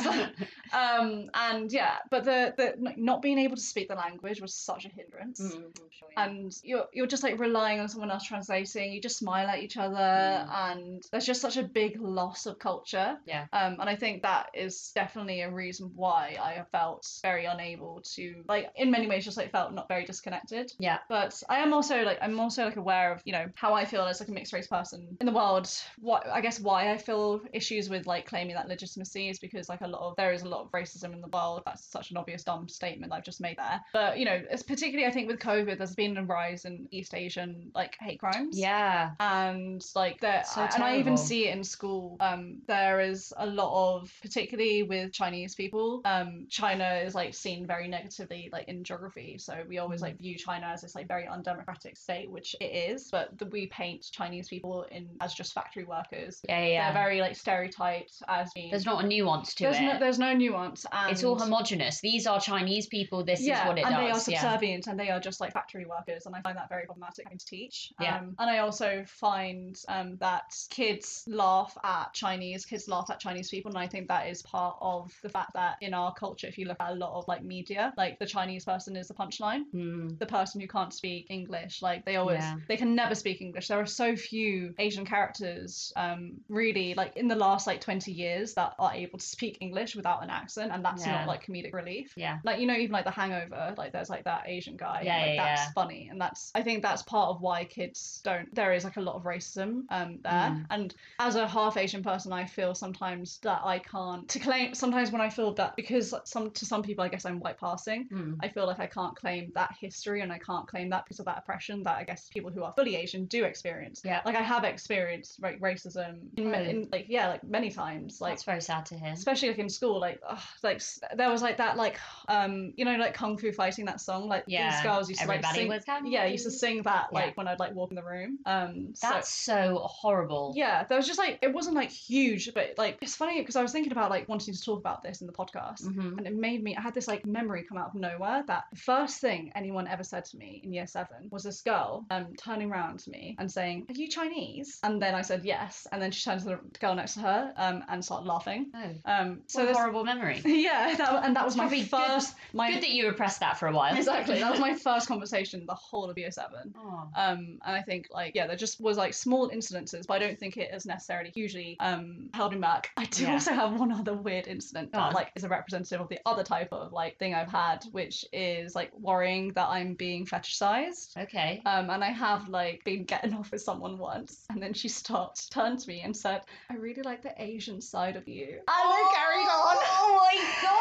[SPEAKER 2] um, and yeah, but the the not being able to speak the language was such a hindrance
[SPEAKER 1] Mm, I'm sure, yeah.
[SPEAKER 2] and you're you're just like relying on someone else translating. You just smile at each other,
[SPEAKER 1] Mm.
[SPEAKER 2] and there's just such a big loss of culture.
[SPEAKER 1] Yeah.
[SPEAKER 2] Um, and I think that is definitely a reason why I have felt very unable to like in many ways just like felt not very disconnected.
[SPEAKER 1] Yeah.
[SPEAKER 2] But I am also like I'm also like aware of you know how I feel as like a mixed race person in the world. What I guess why I feel issues with like claiming that legitimacy is because like a lot of there is a lot of racism in the world. That's such an obvious dumb statement that I've just made there. But you know, it's particularly I think with COVID, there's been a rise in East Asian like hate crimes
[SPEAKER 1] yeah.
[SPEAKER 2] and like there
[SPEAKER 1] So
[SPEAKER 2] and i even
[SPEAKER 1] terrible.
[SPEAKER 2] see it in school um there is a lot of particularly with chinese people um china is like seen very negatively like in geography so we always
[SPEAKER 1] Mhm.
[SPEAKER 2] like view china as this like very undemocratic state which it is but the, we paint chinese people in as just factory workers
[SPEAKER 1] Yeah. Yeah.
[SPEAKER 2] they're very like stereotyped as being
[SPEAKER 1] there's not a nuance to
[SPEAKER 2] there's
[SPEAKER 1] it.
[SPEAKER 2] no there's no nuance and
[SPEAKER 1] it's all homogenous. These are Chinese people. This
[SPEAKER 2] yeah,
[SPEAKER 1] is what it
[SPEAKER 2] and
[SPEAKER 1] does.
[SPEAKER 2] they are
[SPEAKER 1] yeah.
[SPEAKER 2] subservient and they are just like factory workers, and I find that very problematic having to teach.
[SPEAKER 1] Yeah.
[SPEAKER 2] Um, and I also find um, that kids laugh at Chinese, kids laugh at Chinese people, and I think that is part of the fact that in our culture, if you look at a lot of like media, like the Chinese person is the punchline.
[SPEAKER 1] Mm,
[SPEAKER 2] The person who can't speak English, like they always,
[SPEAKER 1] Yeah.
[SPEAKER 2] they can never speak English. There are so few Asian characters, um, really, like in the last like twenty years, that are able to speak English without an accent, and that's
[SPEAKER 1] Yeah.
[SPEAKER 2] not like comedic relief
[SPEAKER 1] yeah.
[SPEAKER 2] like you know even like the hangover like there's like that asian guy
[SPEAKER 1] Yeah,
[SPEAKER 2] and, like
[SPEAKER 1] yeah,
[SPEAKER 2] that's
[SPEAKER 1] yeah.
[SPEAKER 2] funny and that's i think that's part of why kids don't there is like a lot of racism um there
[SPEAKER 1] Mm.
[SPEAKER 2] and as a half asian person i feel sometimes that i can't to claim sometimes when i feel that because some to some people i guess i'm white passing
[SPEAKER 1] Mm.
[SPEAKER 2] I feel like I can't claim that history and I can't claim that because of that oppression that I guess people who are fully Asian do experience.
[SPEAKER 1] Yeah.
[SPEAKER 2] Like I have experienced like racism in, ma-
[SPEAKER 1] Oh.
[SPEAKER 2] in like yeah like many times like
[SPEAKER 1] That's very sad to hear.
[SPEAKER 2] especially like in school like ugh, like s- there was like that like um you know like kung fu fighting that song like
[SPEAKER 1] Yeah,
[SPEAKER 2] these girls used to like
[SPEAKER 1] everybody
[SPEAKER 2] sing
[SPEAKER 1] was kung
[SPEAKER 2] yeah used to
[SPEAKER 1] fu.
[SPEAKER 2] sing that
[SPEAKER 1] Yeah.
[SPEAKER 2] like when I'd like walk in the room um so-
[SPEAKER 1] That's so horrible.
[SPEAKER 2] yeah there was just like it wasn't like huge but like it's funny because I was thinking about like wanting to talk about this in the podcast
[SPEAKER 1] Mhm.
[SPEAKER 2] and it made me I had this like memory come out of nowhere that the first thing anyone ever said to me in year seven was this girl um turning around to me and saying are you Chinese and then I said yes and then she turned to the girl next to her um and started laughing
[SPEAKER 1] Oh,
[SPEAKER 2] um so
[SPEAKER 1] so
[SPEAKER 2] there's
[SPEAKER 1] horrible
[SPEAKER 2] [LAUGHS]
[SPEAKER 1] memory.
[SPEAKER 2] yeah, that, and that was my
[SPEAKER 1] Probably good-
[SPEAKER 2] first. my
[SPEAKER 1] Good that you repressed that for a while.
[SPEAKER 2] [LAUGHS] exactly that was my first conversation the whole of year seven.
[SPEAKER 1] [LAUGHS] Oh.
[SPEAKER 2] Um, and I think like yeah, there just was like small incidences, but I don't think it is necessarily hugely um held me back. I do
[SPEAKER 1] Yeah.
[SPEAKER 2] also have one other weird incident
[SPEAKER 1] Go
[SPEAKER 2] that
[SPEAKER 1] on.
[SPEAKER 2] like is a representative of the other type of like thing I've had, which is like worrying that I'm being fetishized.
[SPEAKER 1] Okay.
[SPEAKER 2] Um, and I have like been getting [LAUGHS] off with someone once, and then she stopped, turned to me, and said, "I really like the Asian side of you." And I carried on. [LAUGHS]
[SPEAKER 1] Oh my god.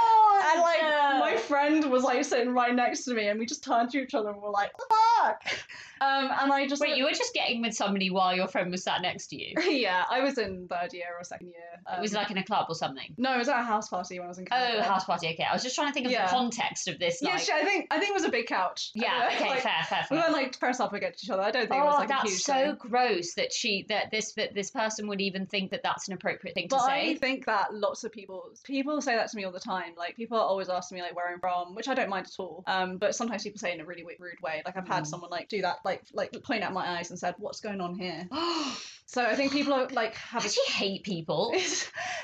[SPEAKER 2] And like my friend was like sitting right next to me, and we just turned to each other and were like, "Fuck!" Um, and I just
[SPEAKER 1] Wait, you were just getting with somebody while your friend was sat next to you.
[SPEAKER 2] [LAUGHS] yeah, I was in third year or second year.
[SPEAKER 1] It was
[SPEAKER 2] um,
[SPEAKER 1] like in a club or something.
[SPEAKER 2] no, it was at a house party when I was in.
[SPEAKER 1] Oh,
[SPEAKER 2] Canada.
[SPEAKER 1] house party. Okay, I was just trying to think of
[SPEAKER 2] Yeah.
[SPEAKER 1] the context of this.
[SPEAKER 2] Yeah,
[SPEAKER 1] Like,
[SPEAKER 2] shit, I think I think it was a big couch. Uh,
[SPEAKER 1] yeah. Okay,
[SPEAKER 2] Like,
[SPEAKER 1] fair, fair,
[SPEAKER 2] We
[SPEAKER 1] fair.
[SPEAKER 2] weren't like press up against each other. I don't think it
[SPEAKER 1] Oh,
[SPEAKER 2] was like a
[SPEAKER 1] that's
[SPEAKER 2] huge
[SPEAKER 1] so
[SPEAKER 2] thing.
[SPEAKER 1] gross that she that this that this person would even think that that's an appropriate thing
[SPEAKER 2] But
[SPEAKER 1] to
[SPEAKER 2] I
[SPEAKER 1] say.
[SPEAKER 2] think that lots of people people say that to me all the time. Like people are always asking me like where I'm from, which I don't mind at all. Um, but sometimes people say it in a really wi- rude way. Like I've had
[SPEAKER 1] Mm.
[SPEAKER 2] someone like do that, like like point at my eyes and said, "What's going on here?"
[SPEAKER 1] [GASPS]
[SPEAKER 2] So I think people are like
[SPEAKER 1] I
[SPEAKER 2] have.
[SPEAKER 1] [LAUGHS]
[SPEAKER 2] a-
[SPEAKER 1] actually hate people.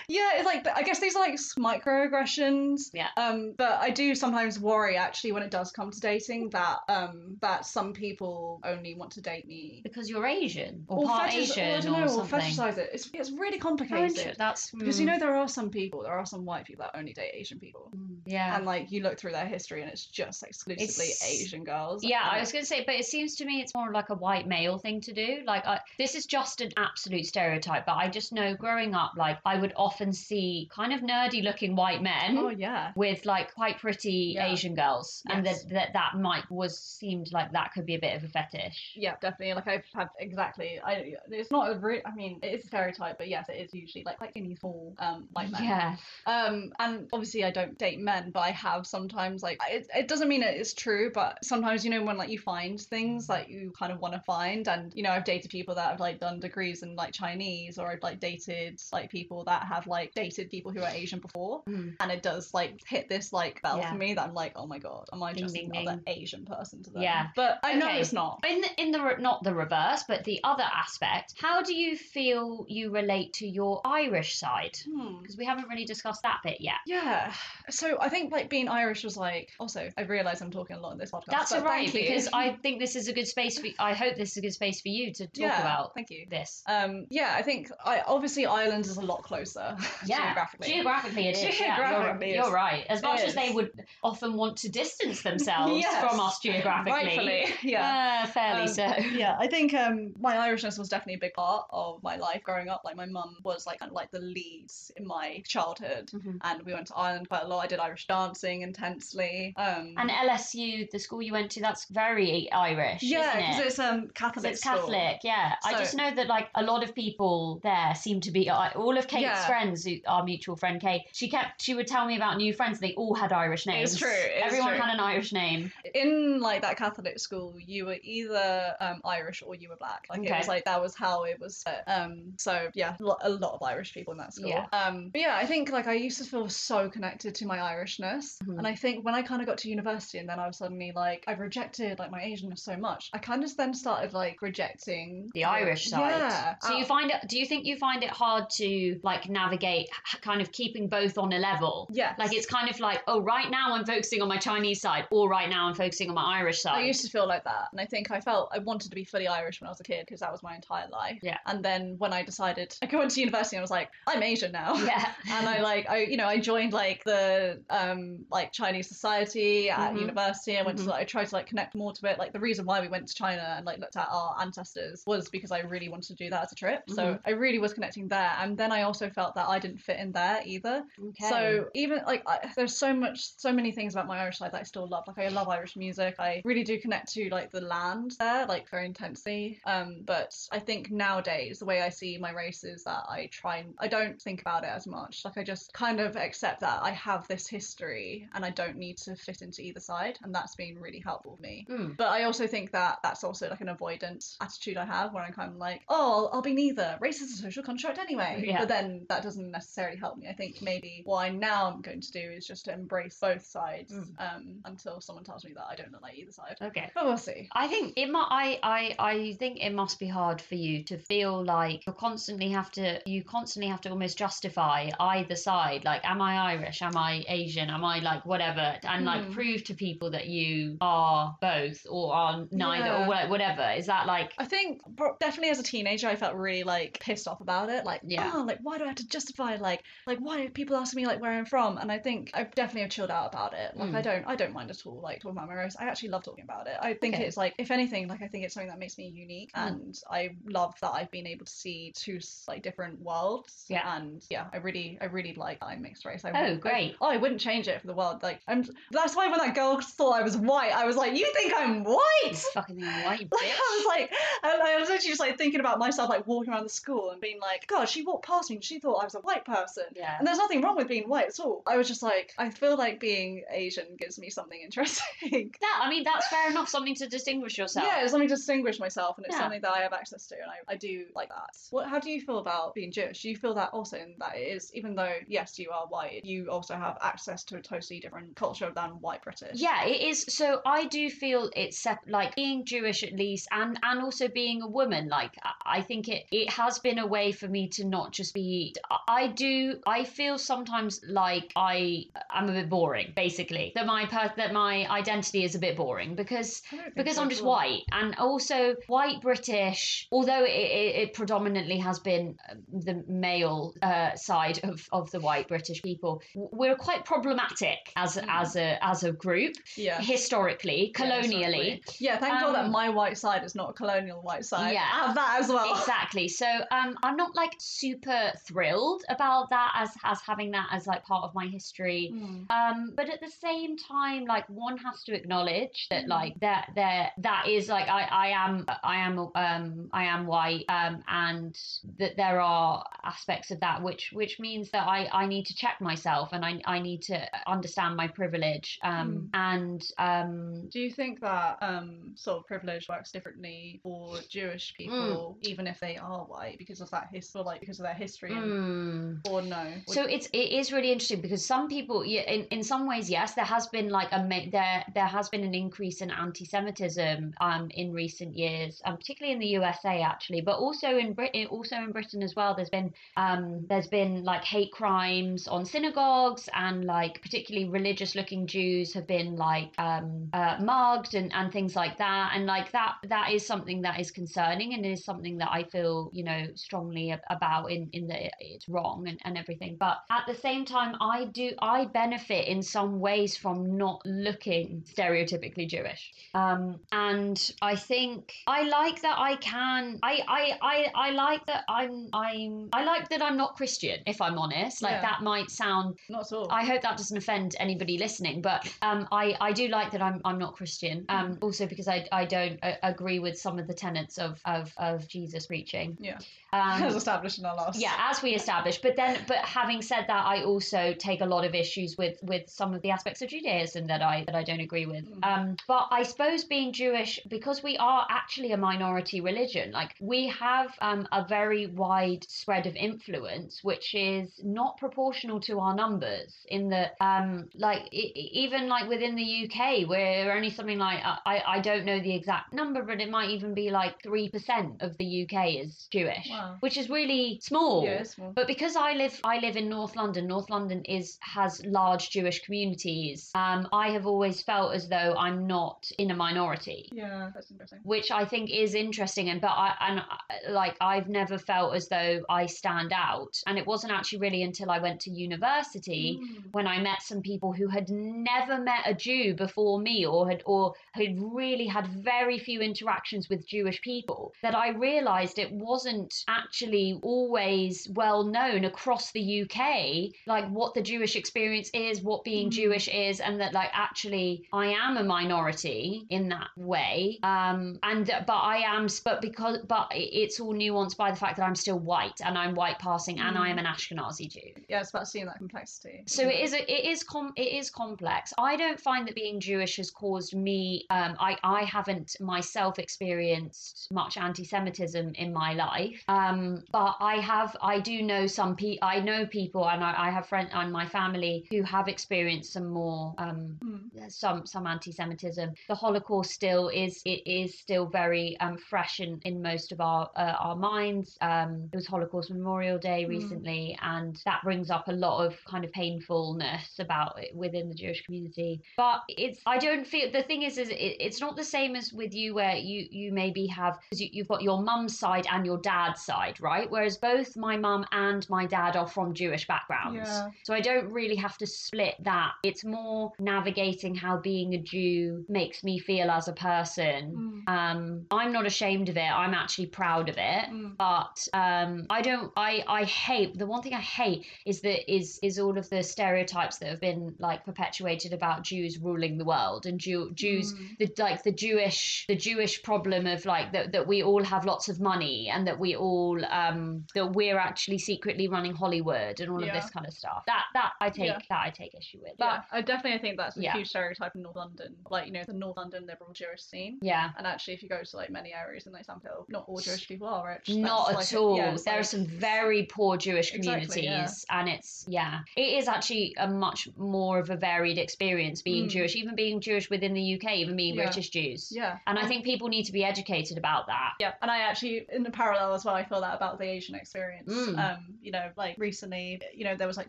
[SPEAKER 2] yeah, [LAUGHS] it's like I guess these are like s- microaggressions.
[SPEAKER 1] Yeah.
[SPEAKER 2] Um, but I do sometimes worry actually when it does come to dating that um that some people only want to date me
[SPEAKER 1] Because you're Asian or, part
[SPEAKER 2] fetish-
[SPEAKER 1] Asian
[SPEAKER 2] I
[SPEAKER 1] or,
[SPEAKER 2] don't know, or
[SPEAKER 1] something.
[SPEAKER 2] fetishize it. It's it's really
[SPEAKER 1] How
[SPEAKER 2] complicated.
[SPEAKER 1] inter- that's
[SPEAKER 2] Because you
[SPEAKER 1] mm,
[SPEAKER 2] know there are some people, there are some white people that only date Asian people,
[SPEAKER 1] mm, yeah.
[SPEAKER 2] and like you look through their history and it's just exclusively
[SPEAKER 1] It's-
[SPEAKER 2] Asian girls.
[SPEAKER 1] yeah,
[SPEAKER 2] and
[SPEAKER 1] I
[SPEAKER 2] it-
[SPEAKER 1] was going to say, but it seems to me me it's more like a white male thing to do. Like I, this is just an absolute stereotype, but I just know growing up, like I would often see kind of nerdy looking white men
[SPEAKER 2] Oh yeah.
[SPEAKER 1] with like quite pretty
[SPEAKER 2] Yeah.
[SPEAKER 1] Asian girls, and
[SPEAKER 2] Yes.
[SPEAKER 1] that that that might was seemed like that could be a bit of a fetish.
[SPEAKER 2] Yeah, definitely. Like I've had exactly. I it's not a re- I mean, it is a stereotype, but yes, it is usually like like skinny, tall, um, white men.
[SPEAKER 1] Yeah,
[SPEAKER 2] Um, and obviously I don't date men, but I have sometimes like it, it doesn't mean it is true, but sometimes you know when like you find things that you kind of want to find, and you know I've dated people that have like done degrees in like Chinese, or I've like dated like people that have like dated people who are Asian before,
[SPEAKER 1] Mm.
[SPEAKER 2] and it does like hit this like bell
[SPEAKER 1] Yeah.
[SPEAKER 2] for me that I'm like, oh my god, am I
[SPEAKER 1] Ding,
[SPEAKER 2] just
[SPEAKER 1] ding,
[SPEAKER 2] another Asian person to them?
[SPEAKER 1] Yeah.
[SPEAKER 2] but I know
[SPEAKER 1] Okay.
[SPEAKER 2] it's not.
[SPEAKER 1] in the, in the re- not the reverse, but the other aspect. How do you feel you relate to your Irish side?
[SPEAKER 2] Hmm.
[SPEAKER 1] Because we haven't really discussed that bit yet.
[SPEAKER 2] Yeah. So I think like being Irish was like also I realise I'm talking a lot in this podcast.
[SPEAKER 1] That's
[SPEAKER 2] but
[SPEAKER 1] all right
[SPEAKER 2] thank you.
[SPEAKER 1] because I think this is a good space for. I hope this is a good space for you to talk
[SPEAKER 2] yeah,
[SPEAKER 1] about
[SPEAKER 2] Thank you.
[SPEAKER 1] this.
[SPEAKER 2] Um, yeah, I think I obviously Ireland is a lot closer [LAUGHS]
[SPEAKER 1] Yeah,
[SPEAKER 2] geographically.
[SPEAKER 1] Geographically,
[SPEAKER 2] [LAUGHS]
[SPEAKER 1] it is.
[SPEAKER 2] Geographically,
[SPEAKER 1] yeah, you're,
[SPEAKER 2] it's-
[SPEAKER 1] you're right. As
[SPEAKER 2] it
[SPEAKER 1] much as
[SPEAKER 2] is.
[SPEAKER 1] they would often want to distance themselves
[SPEAKER 2] [LAUGHS] Yes.
[SPEAKER 1] from us geographically,
[SPEAKER 2] Rightfully, [LAUGHS] yeah.
[SPEAKER 1] uh, fairly
[SPEAKER 2] Um,
[SPEAKER 1] so.
[SPEAKER 2] yeah, I think um, my Irishness was definitely a big part of my life growing up. Like my mum was like kind of like the leads in my childhood,
[SPEAKER 1] Mhm.
[SPEAKER 2] and we went to Ireland quite a lot. I did Irish dancing intensely. Um,
[SPEAKER 1] [LAUGHS] And LSU, the school you went to, that's very Irish,
[SPEAKER 2] yeah,
[SPEAKER 1] isn't it?
[SPEAKER 2] because it's um Catholic.
[SPEAKER 1] it's
[SPEAKER 2] school.
[SPEAKER 1] Catholic, yeah. I
[SPEAKER 2] So-
[SPEAKER 1] just know that like a lot of people there seem to be I- all of Kate's
[SPEAKER 2] Yeah.
[SPEAKER 1] friends, who, our mutual friend Kate. She kept she would tell me about new friends. They all had Irish names.
[SPEAKER 2] It's true, it's
[SPEAKER 1] Everyone
[SPEAKER 2] true.
[SPEAKER 1] had an Irish name.
[SPEAKER 2] in like that Catholic school, you were either um, Irish or you were black. Like it
[SPEAKER 1] Okay.
[SPEAKER 2] was like that was how it was. Set. Um, so yeah, lo- a lot of Irish people in that school.
[SPEAKER 1] Yeah.
[SPEAKER 2] Um, but yeah, I think like I used to feel so connected to my Irishness,
[SPEAKER 1] Mhm.
[SPEAKER 2] and I think when I kind of got to university and then I was suddenly like I've rejected like my Asianness so much, I kind of then started like rejecting
[SPEAKER 1] The Irish side.
[SPEAKER 2] Yeah.
[SPEAKER 1] So you
[SPEAKER 2] Uh,
[SPEAKER 1] find it? Do you think you find it hard to like navigate, h- kind of keeping both on a level?
[SPEAKER 2] Yes.
[SPEAKER 1] Like it's kind of like, oh, right now I'm focusing on my Chinese side, or right now I'm focusing on my Irish side.
[SPEAKER 2] I used to feel like that, and I think I felt I wanted to be fully Irish when I was a kid because that was my entire life.
[SPEAKER 1] Yeah.
[SPEAKER 2] And then when I decided I went to university, and I was like, I'm Asian
[SPEAKER 1] [LAUGHS]
[SPEAKER 2] now.
[SPEAKER 1] yeah.
[SPEAKER 2] [LAUGHS] and I like I you know I joined like the um like Chinese society at
[SPEAKER 1] Mhm.
[SPEAKER 2] university. I went
[SPEAKER 1] Mhm.
[SPEAKER 2] to like, I tried to like connect more to it. Like the reason why we went to China and like looked at our ancestors was because I really wanted to do that as a trip. So
[SPEAKER 1] Mhm.
[SPEAKER 2] I really was connecting there, and then I also felt that I didn't fit in there either.
[SPEAKER 1] okay.
[SPEAKER 2] So even like I, there's so much, so many things about my Irish side that I still love. Like I love Irish music. I really do connect to like the land there, like very intensely. Um, but I think nowadays the way I see my race is that I try and I don't think about it as much. Like I just kind of accept that I have this history and I don't need to fit into either side, and that's been really helpful for me.
[SPEAKER 1] Mm.
[SPEAKER 2] But I also think that that's also like an avoidant attitude I have where I'm kind of like, oh, I'll, I'll be neither. Race is a social construct anyway.
[SPEAKER 1] [LAUGHS] Yeah.
[SPEAKER 2] But then that doesn't necessarily help me. I think maybe what I now am going to do is just to embrace both sides
[SPEAKER 1] Mm.
[SPEAKER 2] um, until someone tells me that I don't look like either side.
[SPEAKER 1] Okay.
[SPEAKER 2] But we'll see.
[SPEAKER 1] I think it mu I, I I think it must be hard for you to feel like you constantly have to you constantly have to almost justify either side like am I Irish am I Asian am I like whatever and like
[SPEAKER 2] Hmm.
[SPEAKER 1] prove to people that you are both or are neither
[SPEAKER 2] Yeah. Oh,
[SPEAKER 1] or wha- whatever is that like
[SPEAKER 2] I think pro- definitely as a teenager, I felt really like pissed off about it. Like,
[SPEAKER 1] Yeah.
[SPEAKER 2] oh, like why do I have to justify like like why are people asking me like where I'm from? And I think I definitely have chilled out about it. Like
[SPEAKER 1] Mm.
[SPEAKER 2] I don't I don't mind at all like talking about my race. I actually love talking about it. I think
[SPEAKER 1] Okay.
[SPEAKER 2] it's like if anything, like I think it's something that makes me unique,
[SPEAKER 1] Mm.
[SPEAKER 2] and I love that I've been able to see two s- like different worlds.
[SPEAKER 1] Yeah.
[SPEAKER 2] and yeah, I really I really like that I'm mixed race. I
[SPEAKER 1] Oh,
[SPEAKER 2] wouldn't- I-
[SPEAKER 1] great.
[SPEAKER 2] oh, I wouldn't change it for the world. Like I'm that's why when that girl thought I was white, I was like, you think I'm white?
[SPEAKER 1] fucking thing,
[SPEAKER 2] [LAUGHS]
[SPEAKER 1] white
[SPEAKER 2] Like I
[SPEAKER 1] bitch
[SPEAKER 2] was like, and I was actually just like thinking about myself, like walking around the school and being like, God, she walked past me and she thought I was a white person.
[SPEAKER 1] yeah
[SPEAKER 2] And there's nothing wrong with being white at all. I was just like, I feel like being Asian gives me something [LAUGHS] interesting.
[SPEAKER 1] that I mean that's fair enough something to distinguish yourself
[SPEAKER 2] Yeah, it's something to distinguish myself, and it's
[SPEAKER 1] Yeah.
[SPEAKER 2] something that I have access to, and I, I do like that. What? How do you feel about being Jewish? Do you feel that also in that it is, even though yes, you are white, you also have access to a totally different culture than white British.
[SPEAKER 1] Yeah, it is. So I do feel it's sep- like being Jewish at least, and and also being a woman. Like I- I think it it has been a way for me to not just be. I- I do. I feel sometimes like I am a bit boring, basically. That my per- that my identity is a bit boring because
[SPEAKER 2] I don't think
[SPEAKER 1] because
[SPEAKER 2] so
[SPEAKER 1] I'm
[SPEAKER 2] at
[SPEAKER 1] just
[SPEAKER 2] all.
[SPEAKER 1] white, and also white British. Although it, it, it predominantly has been um, the male uh, side of, of the white British people, w- we're quite problematic as
[SPEAKER 2] Mm.
[SPEAKER 1] as a as a group
[SPEAKER 2] Yeah.
[SPEAKER 1] historically, [LAUGHS]
[SPEAKER 2] Yeah,
[SPEAKER 1] colonially.
[SPEAKER 2] historically. [LAUGHS] Yeah, thank sure that
[SPEAKER 1] Um,
[SPEAKER 2] my white side is not a colonial white side.
[SPEAKER 1] Yeah.
[SPEAKER 2] I have that as well. [LAUGHS]
[SPEAKER 1] Exactly. So um, I'm not like super thrilled about that as as having that as like part of my history.
[SPEAKER 2] Mm.
[SPEAKER 1] Um, but at the same time, like one has to acknowledge that,
[SPEAKER 2] Mm.
[SPEAKER 1] like that, that that is like I, I am, I am, um, I am white, um, and that there are aspects of that which which means that I I need to check myself and I I need to understand my privilege,
[SPEAKER 2] Mm.
[SPEAKER 1] um, and um,
[SPEAKER 2] Do you think that um, sort of privilege works differently for
[SPEAKER 1] Hmm.
[SPEAKER 2] Jewish people, even if they are white, because of that history, like because of their history, and,
[SPEAKER 1] mm.
[SPEAKER 2] or no?
[SPEAKER 1] So it's it is really interesting because some people, yeah, in, in some ways, yes, there has been like a ma- there there has been an increase in anti-Semitism um in recent years, um particularly in the USA actually, but also in Britain, also in Britain as well. There's been um there's been like hate crimes on synagogues and like particularly religious-looking Jews have been like um uh, mugged and and things like that, and like that that is something that is concerning and is something that I feel you know strongly ab- about in in that it's wrong and, and everything but at the same time I do I benefit in some ways from not looking stereotypically Jewish um and I think I like that I can I I I, I like that I'm I'm I like that I'm not Christian if I'm honest like
[SPEAKER 2] Yeah.
[SPEAKER 1] that might sound
[SPEAKER 2] not at all. [LAUGHS]
[SPEAKER 1] I hope that doesn't offend anybody listening, but um, I, I do like that I'm, I'm not Christian. Um,
[SPEAKER 2] Mm-hmm.
[SPEAKER 1] also because I, I don't uh, agree with some of the tenets of, of, of Jesus preaching.
[SPEAKER 2] Yeah. as [LAUGHS]
[SPEAKER 1] Um,
[SPEAKER 2] established in our last.
[SPEAKER 1] yeah, as we established. But then, but having said that, I also take a lot of issues with with some of the aspects of Judaism that I that I don't agree with.
[SPEAKER 2] Mm.
[SPEAKER 1] Um, but I suppose being Jewish, because we are actually a minority religion, like we have um, a very wide spread of influence, which is not proportional to our numbers. In the um, like e- e- even like within the UK, we're only something like I I- I don't know the exact number, but it might even be like three percent of the UK is Jewish,
[SPEAKER 2] Wow.
[SPEAKER 1] which is really small.
[SPEAKER 2] Yeah, it's more-
[SPEAKER 1] But because I live, I live in North London. North London is has large Jewish communities. Um, I have always felt as though I'm not in a minority,
[SPEAKER 2] yeah, that's interesting.
[SPEAKER 1] which I think is interesting. And but I and uh, like I've never felt as though I stand out. And it wasn't actually really until I went to university
[SPEAKER 2] Mm.
[SPEAKER 1] when I met some people who had never met a Jew before me or had or had really had very few interactions with Jewish people that I realized it wasn't actually always well known across the UK like what the Jewish experience is what being
[SPEAKER 2] Mm.
[SPEAKER 1] Jewish is and that like actually I am a minority in that way um and but I am but because but it's all nuanced by the fact that I'm still white and I'm white passing and I am an Ashkenazi Jew
[SPEAKER 2] Yeah, it's about seeing that complexity.
[SPEAKER 1] so it is a, it is com- it is complex. I don't find that being Jewish has caused me. Um, I I haven't myself experienced much anti-Semitism in my life. Um, but I have I do know some pe I know people and I, I have friends and my family who have experienced some more um,
[SPEAKER 2] Mm.
[SPEAKER 1] some some anti-Semitism. The Holocaust still is it is still very um, fresh in, in most of our uh, our minds. Um, it was Holocaust Memorial Day
[SPEAKER 2] Mm.
[SPEAKER 1] recently, and that brings up a lot of kind of painfulness about it within the Jewish community. But it's I don't feel the thing is is it, it's not the same as with you where you you maybe have because you, you've got your mum's side and your dad's side, right? Whereas both my mum and my dad are from Jewish backgrounds.
[SPEAKER 2] Yeah.
[SPEAKER 1] So I don't really have to split that. It's more navigating how being a Jew makes me feel as a person.
[SPEAKER 2] Mm.
[SPEAKER 1] Um, I'm not ashamed of it. I'm actually proud of it.
[SPEAKER 2] Mm.
[SPEAKER 1] But um, I don't. I I hate the one thing I hate is that is is all of the stereotypes that have been like perpetuated about Jews ruling the world and Jew, Jews
[SPEAKER 2] Mm.
[SPEAKER 1] the like the Jewish the Jewish problem of like that that we all have lots of money and that we all um that we're actually secretly running Hollywood and all
[SPEAKER 2] Yeah.
[SPEAKER 1] of this kind of stuff. That that I take
[SPEAKER 2] Yeah.
[SPEAKER 1] that I take issue with.
[SPEAKER 2] yeah,
[SPEAKER 1] But
[SPEAKER 2] I definitely think that's a
[SPEAKER 1] Yeah.
[SPEAKER 2] huge stereotype in North London. Like, you know, the North London liberal Jewish scene.
[SPEAKER 1] yeah.
[SPEAKER 2] And actually, if you go to like many areas in like South Hill, not all Jewish people are rich.
[SPEAKER 1] Not
[SPEAKER 2] That's,
[SPEAKER 1] at
[SPEAKER 2] like, a-
[SPEAKER 1] all.
[SPEAKER 2] yeah, it's,
[SPEAKER 1] there are
[SPEAKER 2] like-
[SPEAKER 1] some very poor Jewish communities,
[SPEAKER 2] Exactly, yeah.
[SPEAKER 1] and it's yeah, it is actually a much more of a varied experience being
[SPEAKER 2] Mm.
[SPEAKER 1] Jewish, even being Jewish within the UK, even being
[SPEAKER 2] Yeah.
[SPEAKER 1] British Jews.
[SPEAKER 2] Yeah.
[SPEAKER 1] And I think people need to be educated about that.
[SPEAKER 2] Yeah, and I actually, in the parallel as well, I feel that about the Asian experience.
[SPEAKER 1] Mm.
[SPEAKER 2] Um, you know, like recently, you know, there was like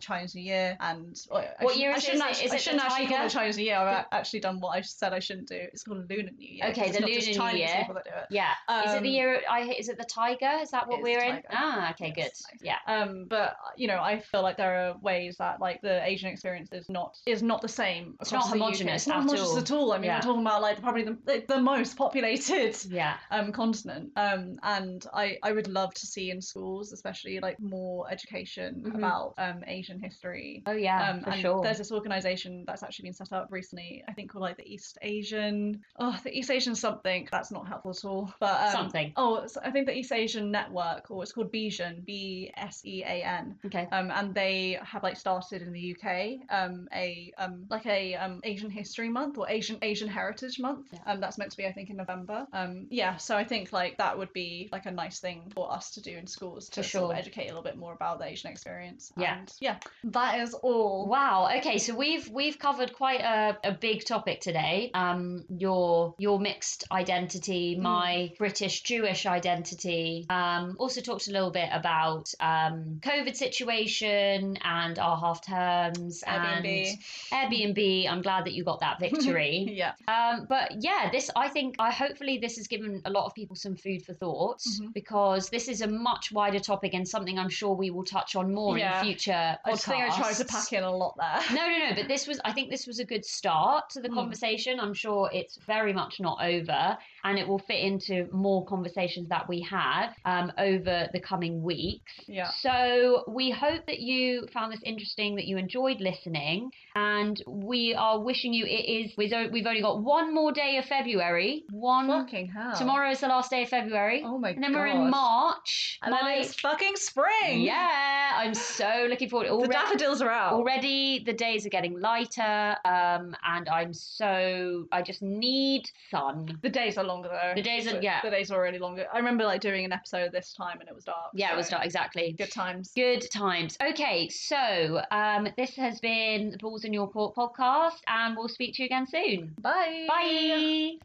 [SPEAKER 2] Chinese New Year, and well, I
[SPEAKER 1] What
[SPEAKER 2] shouldn't-
[SPEAKER 1] year
[SPEAKER 2] I
[SPEAKER 1] is it?
[SPEAKER 2] shouldn't
[SPEAKER 1] Is it-
[SPEAKER 2] actually,
[SPEAKER 1] is it
[SPEAKER 2] I
[SPEAKER 1] the
[SPEAKER 2] shouldn't actually call
[SPEAKER 1] tiger?
[SPEAKER 2] it Chinese New Year. I've a- actually done what I said I shouldn't do. It's called Lunar New Year. 'cause
[SPEAKER 1] Okay,
[SPEAKER 2] it's
[SPEAKER 1] the
[SPEAKER 2] not just
[SPEAKER 1] Lunar New
[SPEAKER 2] Chinese
[SPEAKER 1] Year.
[SPEAKER 2] people that do it.
[SPEAKER 1] Yeah. Is it the
[SPEAKER 2] Um,
[SPEAKER 1] year? I is it the tiger? Is that what
[SPEAKER 2] It is
[SPEAKER 1] we're
[SPEAKER 2] the
[SPEAKER 1] in?
[SPEAKER 2] tiger.
[SPEAKER 1] Ah, okay, good.
[SPEAKER 2] Yes, nice.
[SPEAKER 1] Yeah.
[SPEAKER 2] Um, but you know, I feel like there are ways that like the Asian experience is not is not the same.
[SPEAKER 1] It's not
[SPEAKER 2] across the UK.
[SPEAKER 1] homogenous
[SPEAKER 2] It's not
[SPEAKER 1] at
[SPEAKER 2] homogenous
[SPEAKER 1] all.
[SPEAKER 2] at all. I mean,
[SPEAKER 1] Yeah.
[SPEAKER 2] we're talking about like probably the the, the most populated
[SPEAKER 1] Yeah.
[SPEAKER 2] um, continent. Um, and I, I would love to see in schools, especially like more education
[SPEAKER 1] Mhm.
[SPEAKER 2] about um, Asian history.
[SPEAKER 1] Oh yeah,
[SPEAKER 2] um,
[SPEAKER 1] for
[SPEAKER 2] and
[SPEAKER 1] sure.
[SPEAKER 2] There's this organization that's actually been set up recently, I think called like the East Asian, oh, the East Asian something. That's not helpful at all. But um,
[SPEAKER 1] Something.
[SPEAKER 2] Oh, it's- I think the East Asian Network, or it's called Bijan, B S E A N
[SPEAKER 1] Okay.
[SPEAKER 2] um, and they have like started in the UK um, a um, like a um, Asian History Month or Asian Asian Heritage Month.
[SPEAKER 1] Yeah.
[SPEAKER 2] Um, that's meant to be I think in November. Um, yeah, so I think like that would be like a nice thing for us to do in schools to
[SPEAKER 1] For
[SPEAKER 2] sort
[SPEAKER 1] sure.
[SPEAKER 2] of educate a little bit more about the Asian experience.
[SPEAKER 1] Yeah.
[SPEAKER 2] and, yeah, that is all.
[SPEAKER 1] Wow. Okay, so we've we've covered quite a, a big topic today. Um, your your mixed identity,
[SPEAKER 2] Mm.
[SPEAKER 1] my British Jewish identity. Um, also talked a little bit about um, COVID situation and our half terms
[SPEAKER 2] Airbnb.
[SPEAKER 1] and Airbnb. I'm glad that you got
[SPEAKER 2] [LAUGHS]
[SPEAKER 1] that victory.
[SPEAKER 2] Yeah.
[SPEAKER 1] Um, but yeah, this I think I hopefully this has given a lot of people some food for thought
[SPEAKER 2] Mhm.
[SPEAKER 1] because this is a much wider topic and something I'm sure we will touch on more
[SPEAKER 2] Yeah.
[SPEAKER 1] in future podcasts.
[SPEAKER 2] I just think I tried to pack in a lot there.
[SPEAKER 1] No, no, no. But this was I think this was a good start to the
[SPEAKER 2] Mm.
[SPEAKER 1] conversation. I'm sure it's very much not over, and it will fit into more conversations that we have um, over the coming weeks.
[SPEAKER 2] [LAUGHS] Yeah.
[SPEAKER 1] So we hope that you found this interesting, that you enjoyed listening, and we are wishing you it is. We've o- we've only got one more day of February. One
[SPEAKER 2] Fucking hell.
[SPEAKER 1] Um, tomorrow is the last day of February,
[SPEAKER 2] Oh my god.
[SPEAKER 1] and then we're in March.
[SPEAKER 2] And then
[SPEAKER 1] My-
[SPEAKER 2] it's fucking spring.
[SPEAKER 1] yeah, I'm so looking forward.
[SPEAKER 2] The
[SPEAKER 1] Already,
[SPEAKER 2] daffodils are out.
[SPEAKER 1] already the days are getting lighter, um, and I'm so I just need sun.
[SPEAKER 2] The days are longer though.
[SPEAKER 1] The days are-
[SPEAKER 2] So-
[SPEAKER 1] yeah.
[SPEAKER 2] The days are already longer. I remember like doing an episode this time and it was dark.
[SPEAKER 1] Yeah, it was
[SPEAKER 2] so
[SPEAKER 1] not exactly.
[SPEAKER 2] Good times.
[SPEAKER 1] Good times. Okay, so um, this has been the Balls in Your Court podcast, and we'll speak to you again soon.
[SPEAKER 2] Bye.
[SPEAKER 1] Bye.